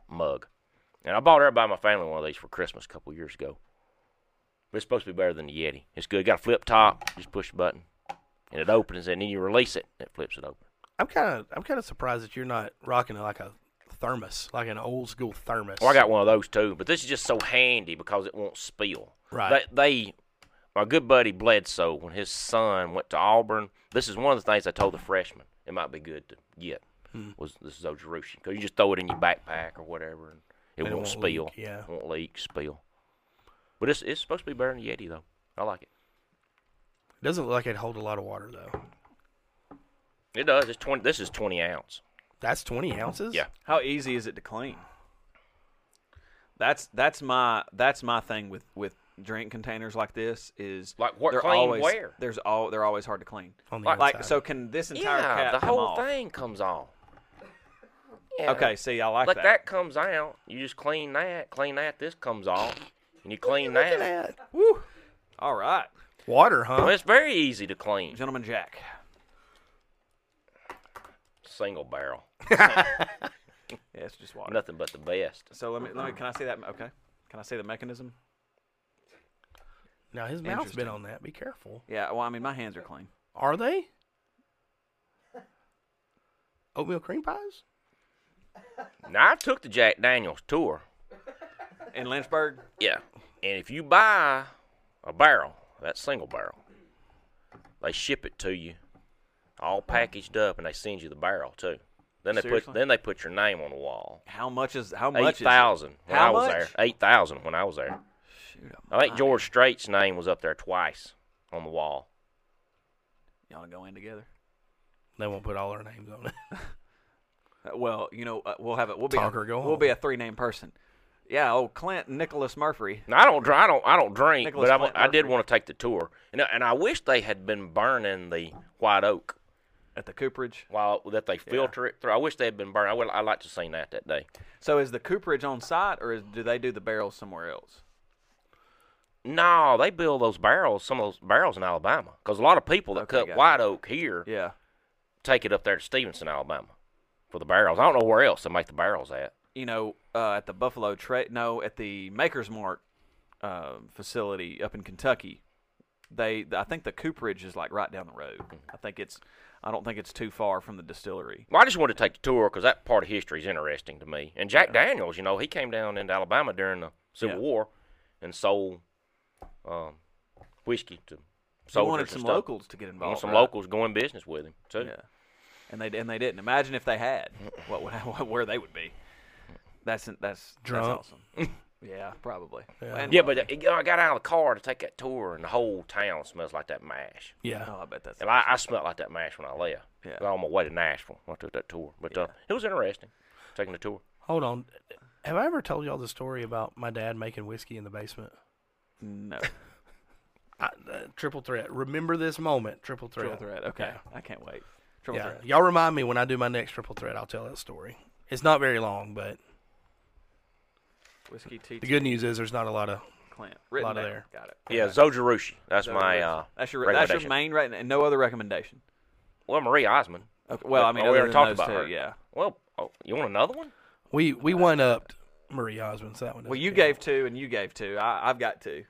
mug. And I bought everybody in my family one of these for Christmas a couple years ago. But it's supposed to be better than the Yeti. It's good. Got a flip top. Just push the button, and it opens. And then you release it. and It flips it open. I'm kind of I'm kind of surprised that you're not rocking like a thermos, like an old school thermos. Well, Oh, I got one of those too, but this is just so handy because it won't spill. Right. They, they my good buddy Bledsoe, when his son went to Auburn, this is one of the things I told the freshman it might be good to get Hmm. was this is Ojerushi because you just throw it in your backpack or whatever, and it, And it won't, won't spill. leak, yeah. It won't leak, spill. But it's it's supposed to be better than Yeti though. I like it. Doesn't look like it hold a lot of water though. It does. It's twenty. This is twenty ounce. That's 20 Uh-huh. ounces? Yeah. How easy is it to clean? That's that's my that's my thing with with drink containers like this is Like what- they're clean always, where? There's all they're always hard to clean. On the Like, like, inside. so can this entire yeah, cap the come whole off? thing comes off. Okay, see, I like, like that. that. comes out. You just clean that, clean that. This comes off, and you clean that. All right, Water, Well, huh? it's very easy to clean. gentleman Jack. Single barrel, Yeah, it's just water. nothing but the best. So let me let me can I see that? Okay, can I see the mechanism? Now his mouth's Interesting. been on that. Be careful. Yeah. Well, I mean, my hands are clean. Are they? Oatmeal cream pies? Now I took the Jack Daniels tour. In Lynchburg, Yeah, and if you buy a barrel, that single barrel, they ship it to you, all packaged up, and they send you the barrel too. Then they Seriously? put then they put your name on the wall. how much is how Eight much? is it? thousand when How I was much? there. Eight thousand when I was there. Shoot, I'm- I think George Strait's name was up there twice on the wall. y'all go in together. They won't put all our names on it. Uh, Well, you know, uh, we'll have it. We'll be Talk or a, go We'll home. be a three name person. Yeah, old Clint Nicholas Murphy. Now, I don't dr- I don't I don't drink, Nicholas but I, Clint wa- I did Murphy. want to take the tour, and I- and I wish they had been burning the white oak at the Cooperage. While that they filter it through. I wish they had been burned. I would. I like to seen that that day. So is the Cooperage on site, or is, do they do the barrels somewhere else? No, they build those barrels, some of those barrels in Alabama, because a lot of people that Okay, cut gotcha. white oak here Yeah, take it up there to Stevenson, Alabama, for the barrels. I don't know where else they make the barrels at. you know, uh, at the Buffalo Tra no, at the Maker's Mark uh, facility up in Kentucky. They, I think the Cooperage is like right down the road. Mm-hmm. I think it's, I don't think it's too far from the distillery. Well, I just wanted to take the tour because that part of history is interesting to me. And Jack Daniels, you know, he came down into Alabama during the Civil Yeah. War and sold um, whiskey to So soldiers. we wanted and some stuff. locals to get I want involved. some right? locals going business with him too. Yeah, and they and they didn't. Imagine if they had, what would where they would be. That's that's Drunk. That's awesome. yeah, probably. And- Yeah, but uh, you know, I got out of the car to take that tour, and the whole town smells like that mash. Yeah. oh, I bet that's And I, I smelled like that mash when I left. Yeah. I was on my way to Nashville when I took that tour. But uh, it was interesting taking the tour. Hold on. Have I ever told y'all the story about my dad making whiskey in the basement? no I, uh, triple threat. Remember this moment. Triple threat. triple threat. Okay, I can't wait. Triple yeah. threat. Y'all remind me when I do my next triple threat. I'll tell that story. It's not very long, but Whiskey the TT good news is there's not a lot of. Clint. Written lot of down. there. Got it. Yeah, Zojarushi. That's my uh, that's your that's your recommendation. main right and no other recommendation. Well, Marie Osmond. Okay, well, I mean, we other than already talked those about two, her. yeah. Well, oh, you want another one? We we one upped Marie Osmond's that one. Well, doesn't you count. gave two and you gave two. I, I've got two.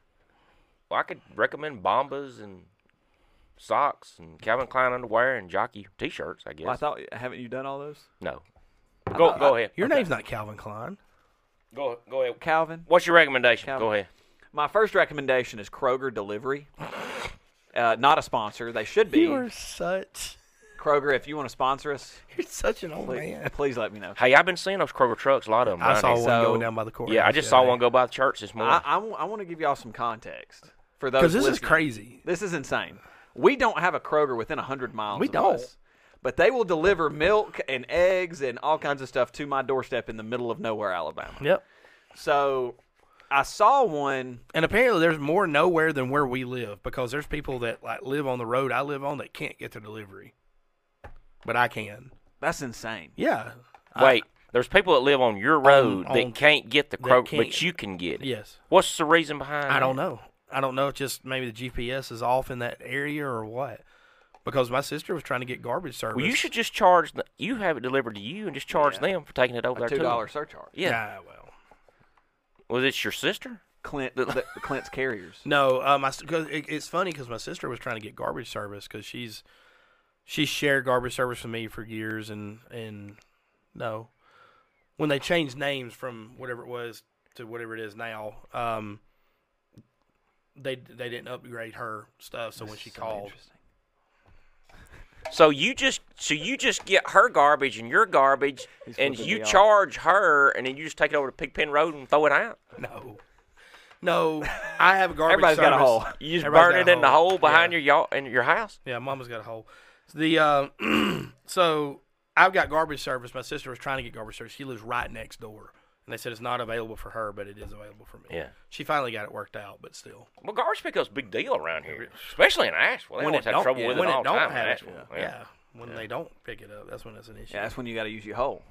Well, I could recommend Bombas and socks and Calvin Klein underwear and jockey T-shirts. I guess. Well, I thought haven't you done all those? no. Go go ahead. Your name's not Calvin Klein. Go go ahead. Calvin. What's your recommendation? Calvin. Go ahead. My first recommendation is Kroger delivery. Uh, not a sponsor. They should be. You are such Kroger, if you want to sponsor us, you're such an old please, man. please let me know. Hey, I've been seeing those Kroger trucks. A lot of them. I saw so- one going down by the court. Yeah, I just saw one go by the church this morning. I, I, want to give y'all some context for those. Because this is listening. crazy. This is insane. We don't have a Kroger within hundred miles. We of don't. us, but they will deliver milk and eggs and all kinds of stuff to my doorstep in the middle of nowhere, Alabama. Yep. So I saw one. And apparently, there's more nowhere than where we live because there's people that like live on the road I live on that can't get their delivery, but I can. That's insane. Yeah. I- Wait, there's people that live on your road on- that can't get the that Kroger, can't. but you can get it. yes. What's the reason behind? I don't that? know. I don't know. It's just maybe the GPS is off in that area or what. Because my sister was trying to get garbage service. Well, you should just charge. The, you have it delivered to you, and just charge them for taking it over A there two too. dollar surcharge. Yeah. Ah, well. Was it your sister? Clint, the, the Clint's carriers. No, um, I, cause it, it's funny because my sister was trying to get garbage service because she's she shared garbage service with me for years, and and no, when they changed names from whatever it was to whatever it is now, um, they they didn't upgrade her stuff. So when she called, Interesting. So you just so you just get her garbage and your garbage, and flipping me you off. charge her, and then you just take it over to Pigpen Road and throw it out. no, no, I have garbage. Everybody's got a service. hole. You just Everybody's burn got it a in the hole behind Yeah. your yacht in your house. Yeah, mama's got a hole. So the uh, so I've got garbage service. My sister was trying to get garbage service. She lives right next door, and they said it's not available for her, but it is available for me. Yeah. she finally got it worked out, but still, Well, garbage pickup's a big deal around here, especially in Asheville. They When it always have don't- trouble with when it it all the don't time in have it, Asheville. yeah, when they don't pick it up, that's when it's an issue. Yeah, that's when you got to use your hole.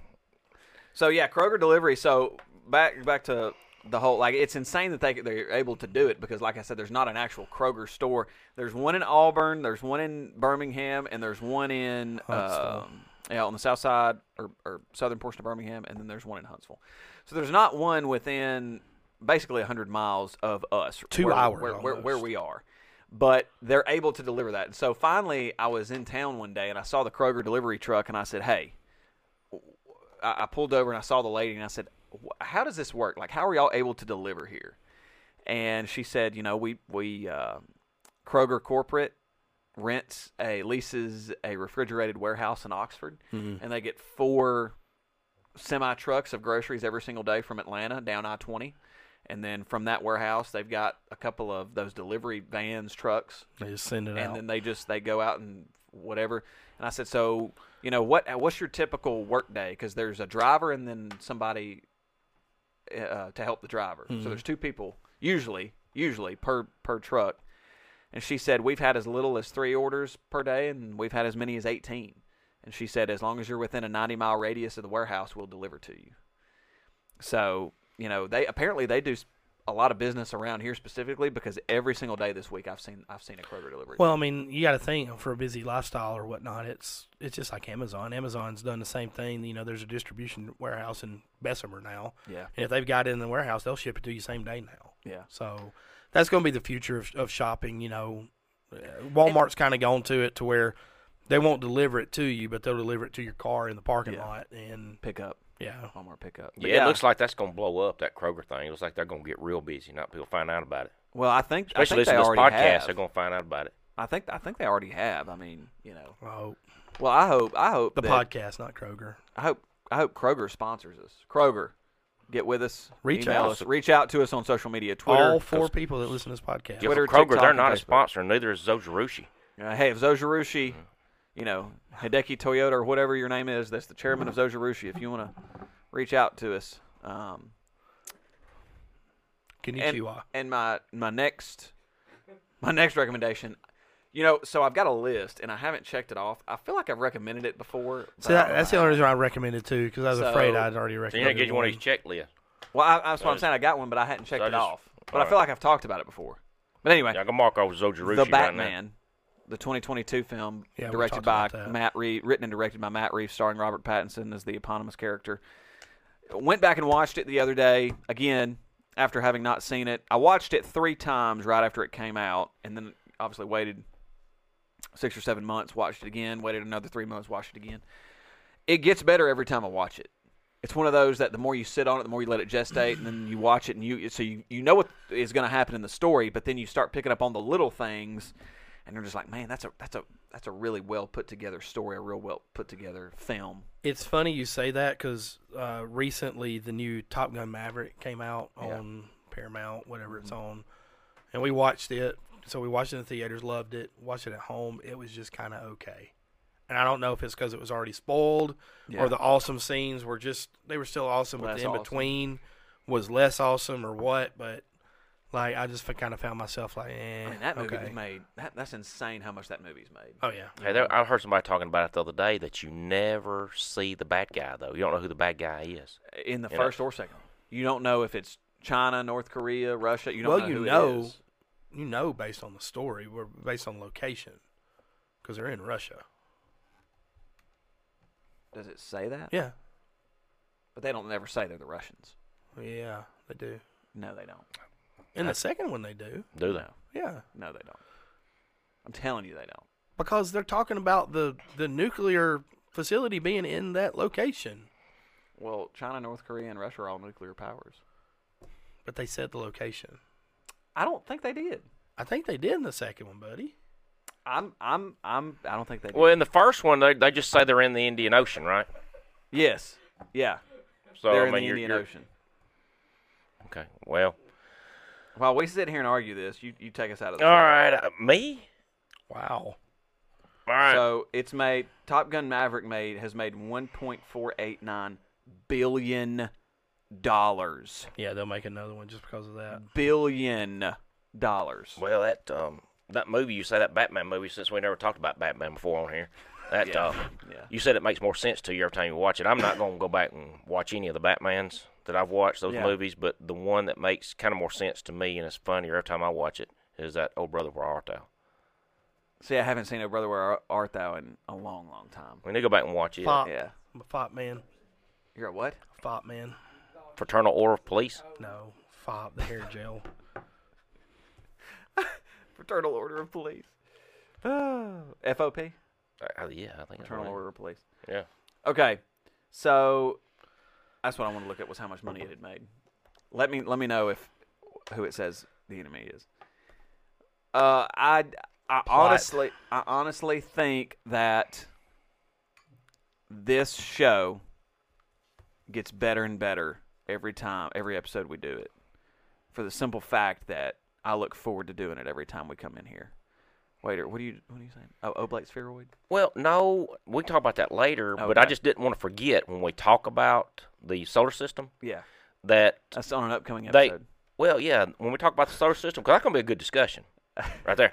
So yeah, Kroger delivery. So back back to the whole like it's insane that they they're able to do it because like I said, there's not an actual Kroger store. There's one in Auburn, there's one in Birmingham, and there's one in um, yeah on the south side or, or southern portion of Birmingham, and then there's one in Huntsville. So there's not one within basically 100 miles of us. Two where- hours where, where, where almost. we are but they're able to deliver that. And so finally, I was in town one day and I saw the Kroger delivery truck and I said, "Hey," I, I pulled over and I saw the lady and I said, "Wh- "How does this work? Like, how are y'all able to deliver here?" And she said, "You know, we we uh, Kroger corporate." rents a leases a refrigerated warehouse in Oxford and they get four semi trucks of groceries every single day from Atlanta down I 20. And then from that warehouse, they've got a couple of those delivery vans, trucks, they just send it and out. then they just they go out and whatever. And I said, so you know what? What's your typical work day? Because there's a driver and then somebody Mm-hmm. uh, to help the driver. So there's two people usually, usually per per truck. And she said, We've had as little as three orders per day, and we've had as many as 18. And she said, As long as you're within a 90 mile radius of the warehouse, we'll deliver to you. So, you know, they apparently they do s- a lot of business around here specifically because every single day this week I've seen I've seen a Kroger delivery. Well, I mean, you got to think for a busy lifestyle or whatnot. It's it's just like Amazon. Amazon's done the same thing. You know, there's a distribution warehouse in Bessemer now, yeah, and if they've got it in the warehouse, they'll ship it to you same day now. yeah. So that's going to be the future of, of shopping. You know, Uh, Walmart's kind of gone to it to where they won't deliver it to you, but they'll deliver it to your car in the parking Yeah. lot. And Pick up, yeah, Walmart pick up. But Yeah, it looks like that's gonna blow up that Kroger thing. It looks like they're gonna get real busy. Not people find out about it. Well, I think I Especially think they listening to this already podcast, have. they're gonna find out about it. I think I think they already have. I mean, you know. well, Well, I hope I hope the that- podcast, not Kroger. I hope I hope Kroger sponsors us. Kroger, get with us. Reach email out. us. Reach out to us on social media, Twitter. All four people that listen to this podcast. Yeah, Twitter, for Kroger, TikTok, they're and not a Facebook. sponsor. Neither is Zojarushi. Uh, hey, if Zojarushi, Mm-hmm. you know Hideki Toyota or whatever your name is, that's the chairman of Mm-hmm. Zojarushi. If you want to reach out to us, um, and, Konnichiwa. and my my next my next recommendation, you know, so I've got a list and I haven't checked it off. I feel like I've recommended it before. See, but I that, don't that's know. the only reason I recommended too, because I was afraid So- I'd already So you're recommended. not getting one of these one. check lists. Well, I, that's what I'm So- saying. I got one, but I hadn't checked I it just- off. But I alright. feel like I've talked about it before. But anyway, Yeah, I can mark off Zojarushi The right now. Batman, the 2022 film Yeah, we directed talked by about that. Matt Reeves, written and directed by Matt Reeves, starring Robert Pattinson as the eponymous character. Went back and watched it the other day again after having not seen it. I watched it three times right after it came out, and then obviously waited six or seven months, watched it again, waited another three months, watched it again. It gets better every time I watch it. It's one of those that the more you sit on it, the more you let it gestate, and then you watch it, and you so you, you know what is going to happen in the story, but then you start picking up on the little things, and you're just like, man, that's a that's a that's a really well put together story, a real well put together film. It's funny you say that because uh, recently the new Top Gun Maverick came out on Paramount, whatever it's Mm-hmm. on, and we watched it. So we watched it in the theaters, loved it. Watched it at home. It was just kind of okay. And I don't know if it's because it was already spoiled, Yeah. or the awesome scenes were just they were still awesome, but Less the in awesome. between was less awesome or what. But like I just kind of found myself like, eh, I mean, that movie okay. was made. That, that's insane how much that movie's made. Oh yeah, Hey, there, I heard somebody talking about it the other day that you never see the bad guy though. You don't know who the bad guy is. in the You know- first or second. You don't know if it's China, North Korea, Russia. You don't well, know you who know, it is. you know, based on the story, or based on location, because they're in Russia. Does it say that? Yeah, But they don't ever say they're the Russians. yeah, they do. No, they don't. In the second one, they do. Do they? Yeah, No, they don't. I'm telling you, they don't. because they're talking about the the nuclear facility being in that location, Well, China, North Korea, and Russia are all nuclear powers. but they said the location. I don't think they did. I think they did in the second one, buddy. I'm, I'm, I'm. I don't think they did. Well, in the first one, they, they just say they're in the Indian Ocean, right? yes, yeah, So they're I in mean, the you're, Indian you're- Ocean. Okay. Well, While we sit here and argue this, you, you take us out of all this. right. Uh, me? Wow. All right. So it's made. Top Gun Maverick made has made 1.489 billion dollars. Yeah, they'll make another one just because of that. Billion dollars. well, that um that movie you say that Batman movie since we never talked about Batman before on here. That Yeah. um, Yeah. you said it makes more sense to you every time you watch it. I'm not gonna go back and watch any of the Batmans that I've watched those Yeah. movies, but the one that makes kind of more sense to me and it's funnier every time I watch it is that Old Brother Where Art Thou. See, I haven't seen a brother where art thou in a long, long time. We need to go back and watch it. Fop. Yeah. I'm a fop man. You're a what? Fop man. Fraternal Order of Police. No, fop the hair gel. Fraternal Order of Police. FOP. Uh, yeah, I think. that's Fraternal right. Order of Police. Yeah. Okay, so that's what I want to look at was how much money it had made. Let me let me know if who it says the enemy is. Uh, I I honestly I honestly think that this show gets better and better every time every episode we do it, for the simple fact that I look forward to doing it every time we come in here. Waiter, what are you what are you saying? Oh, oblate spheroid. Well, no, we can talk about that later, but I Okay. just didn't want to forget when we talk about the solar system Yeah, that that's on an upcoming they. episode. Well, yeah, when we talk about the solar system, because that's going to be a good discussion. right there.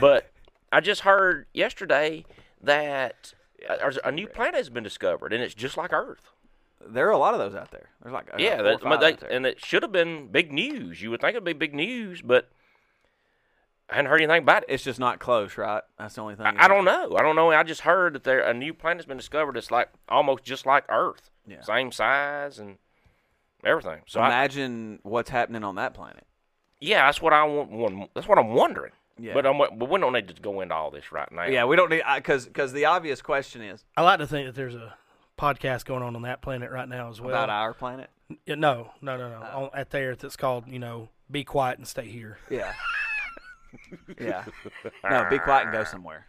But I just heard yesterday that uh, there's a new planet has been discovered, and it's just like Earth. There are a lot of those out there. There's like uh, yeah, four or that, five but they- out there. and it should have been big news. You would think it'd be big news, but I hadn't heard anything about it. it's just not close, right? That's the only thing. I, I don't know. I don't know. I just heard that there a new planet's been discovered. It's like almost just like Earth, Yeah. same size and everything. So I, Imagine what's happening on that planet. yeah, that's what I want. want- That's what I'm wondering. Yeah. But I'm, but we don't need to go into all this right now. Yeah, we don't need because because the obvious question is I like to think that there's a podcast going on on that planet right now as well. about Uh. our planet. Yeah, no, no, no, no. on, at there, it's called you know, be quiet and stay here. Yeah. yeah. No, be quiet and go somewhere.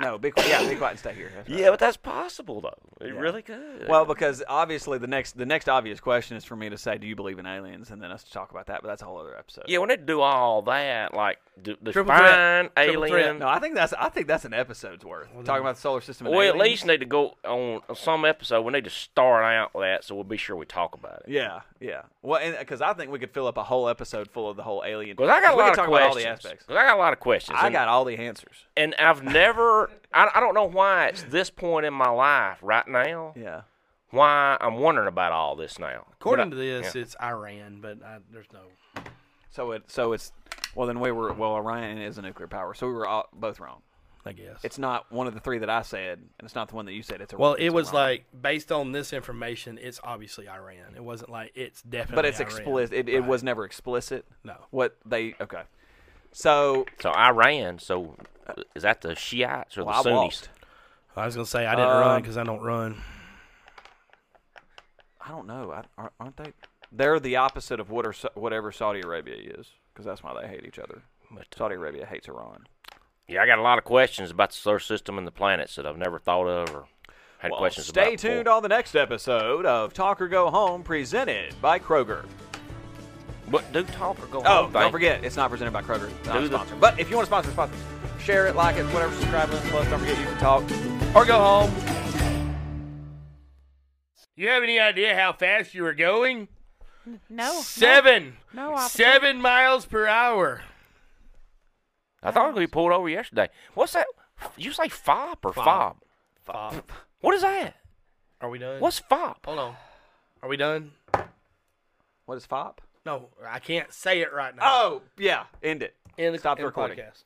No, be quiet. Yeah, be quiet and stay here. That's right. Yeah, but that's possible though. It really could. Well, because obviously the next the next obvious question is for me to say, do you believe in aliens, and then us to talk about that. But that's a whole other episode. yeah, we need to do all that, like d- the Triple threat. fine Triple threat. alien. No, I think that's I think that's an episode's worth talking about the solar system. And We at aliens. least need to go on some episode. We need to start out with that, so we'll be sure we talk about it. Yeah, yeah. Well, because I think we could fill up a whole episode full of the whole alien. Because I got a we could lot of talk questions. about all the aspects. 'Cause I got a lot of questions. I and- got all the answers. and I've never, I, I don't know why it's this point in my life right now, Yeah. why I'm wondering about all this now. According to But I- this, it's Iran, but I, there's no. So it so it's well then we were well Orion is a nuclear power, so we were all, both wrong. I guess It's not one of the three that I said, and it's not the one that you said. It's a Well, it's it a was Orion. like based on this information, it's obviously Iran. It wasn't like it's definitely. but it's Iran. explicit. It, it was never explicit. No. What they okay. So So Iran, so uh, is that the Shiites or well, the I Sunnis? walked. I was gonna say I didn't run 'cause Um, run because I don't run. I don't know. I, aren't- aren't they? They're the opposite of what are, Sa- whatever Saudi Arabia is, because that's why they hate each other. uh, Saudi Arabia hates Iran. Yeah, I got a lot of questions about the solar system and the planets that I've never thought of or had Well, questions about. stay tuned on the next episode of Talk or Go Home, presented by Kroger. But do talk or go Oh, home don't thing. forget, it's not presented by Kroger. It's not Do a the- sponsor. But if you want to sponsor, sponsor. Share it, like it, whatever, subscribe, listen, plus. Don't forget you can talk or go home. You have any idea how fast you were going? No. Seven. No, officer. Seven miles per hour. I thought we pulled over yesterday. What's that? You say FOP or fob? Fop. What is that? Are we done? What's FOP? Hold on. Are we done? What is FOP? No, I can't say it right now. Oh, yeah. End it. in the, Stop in the recording. podcast.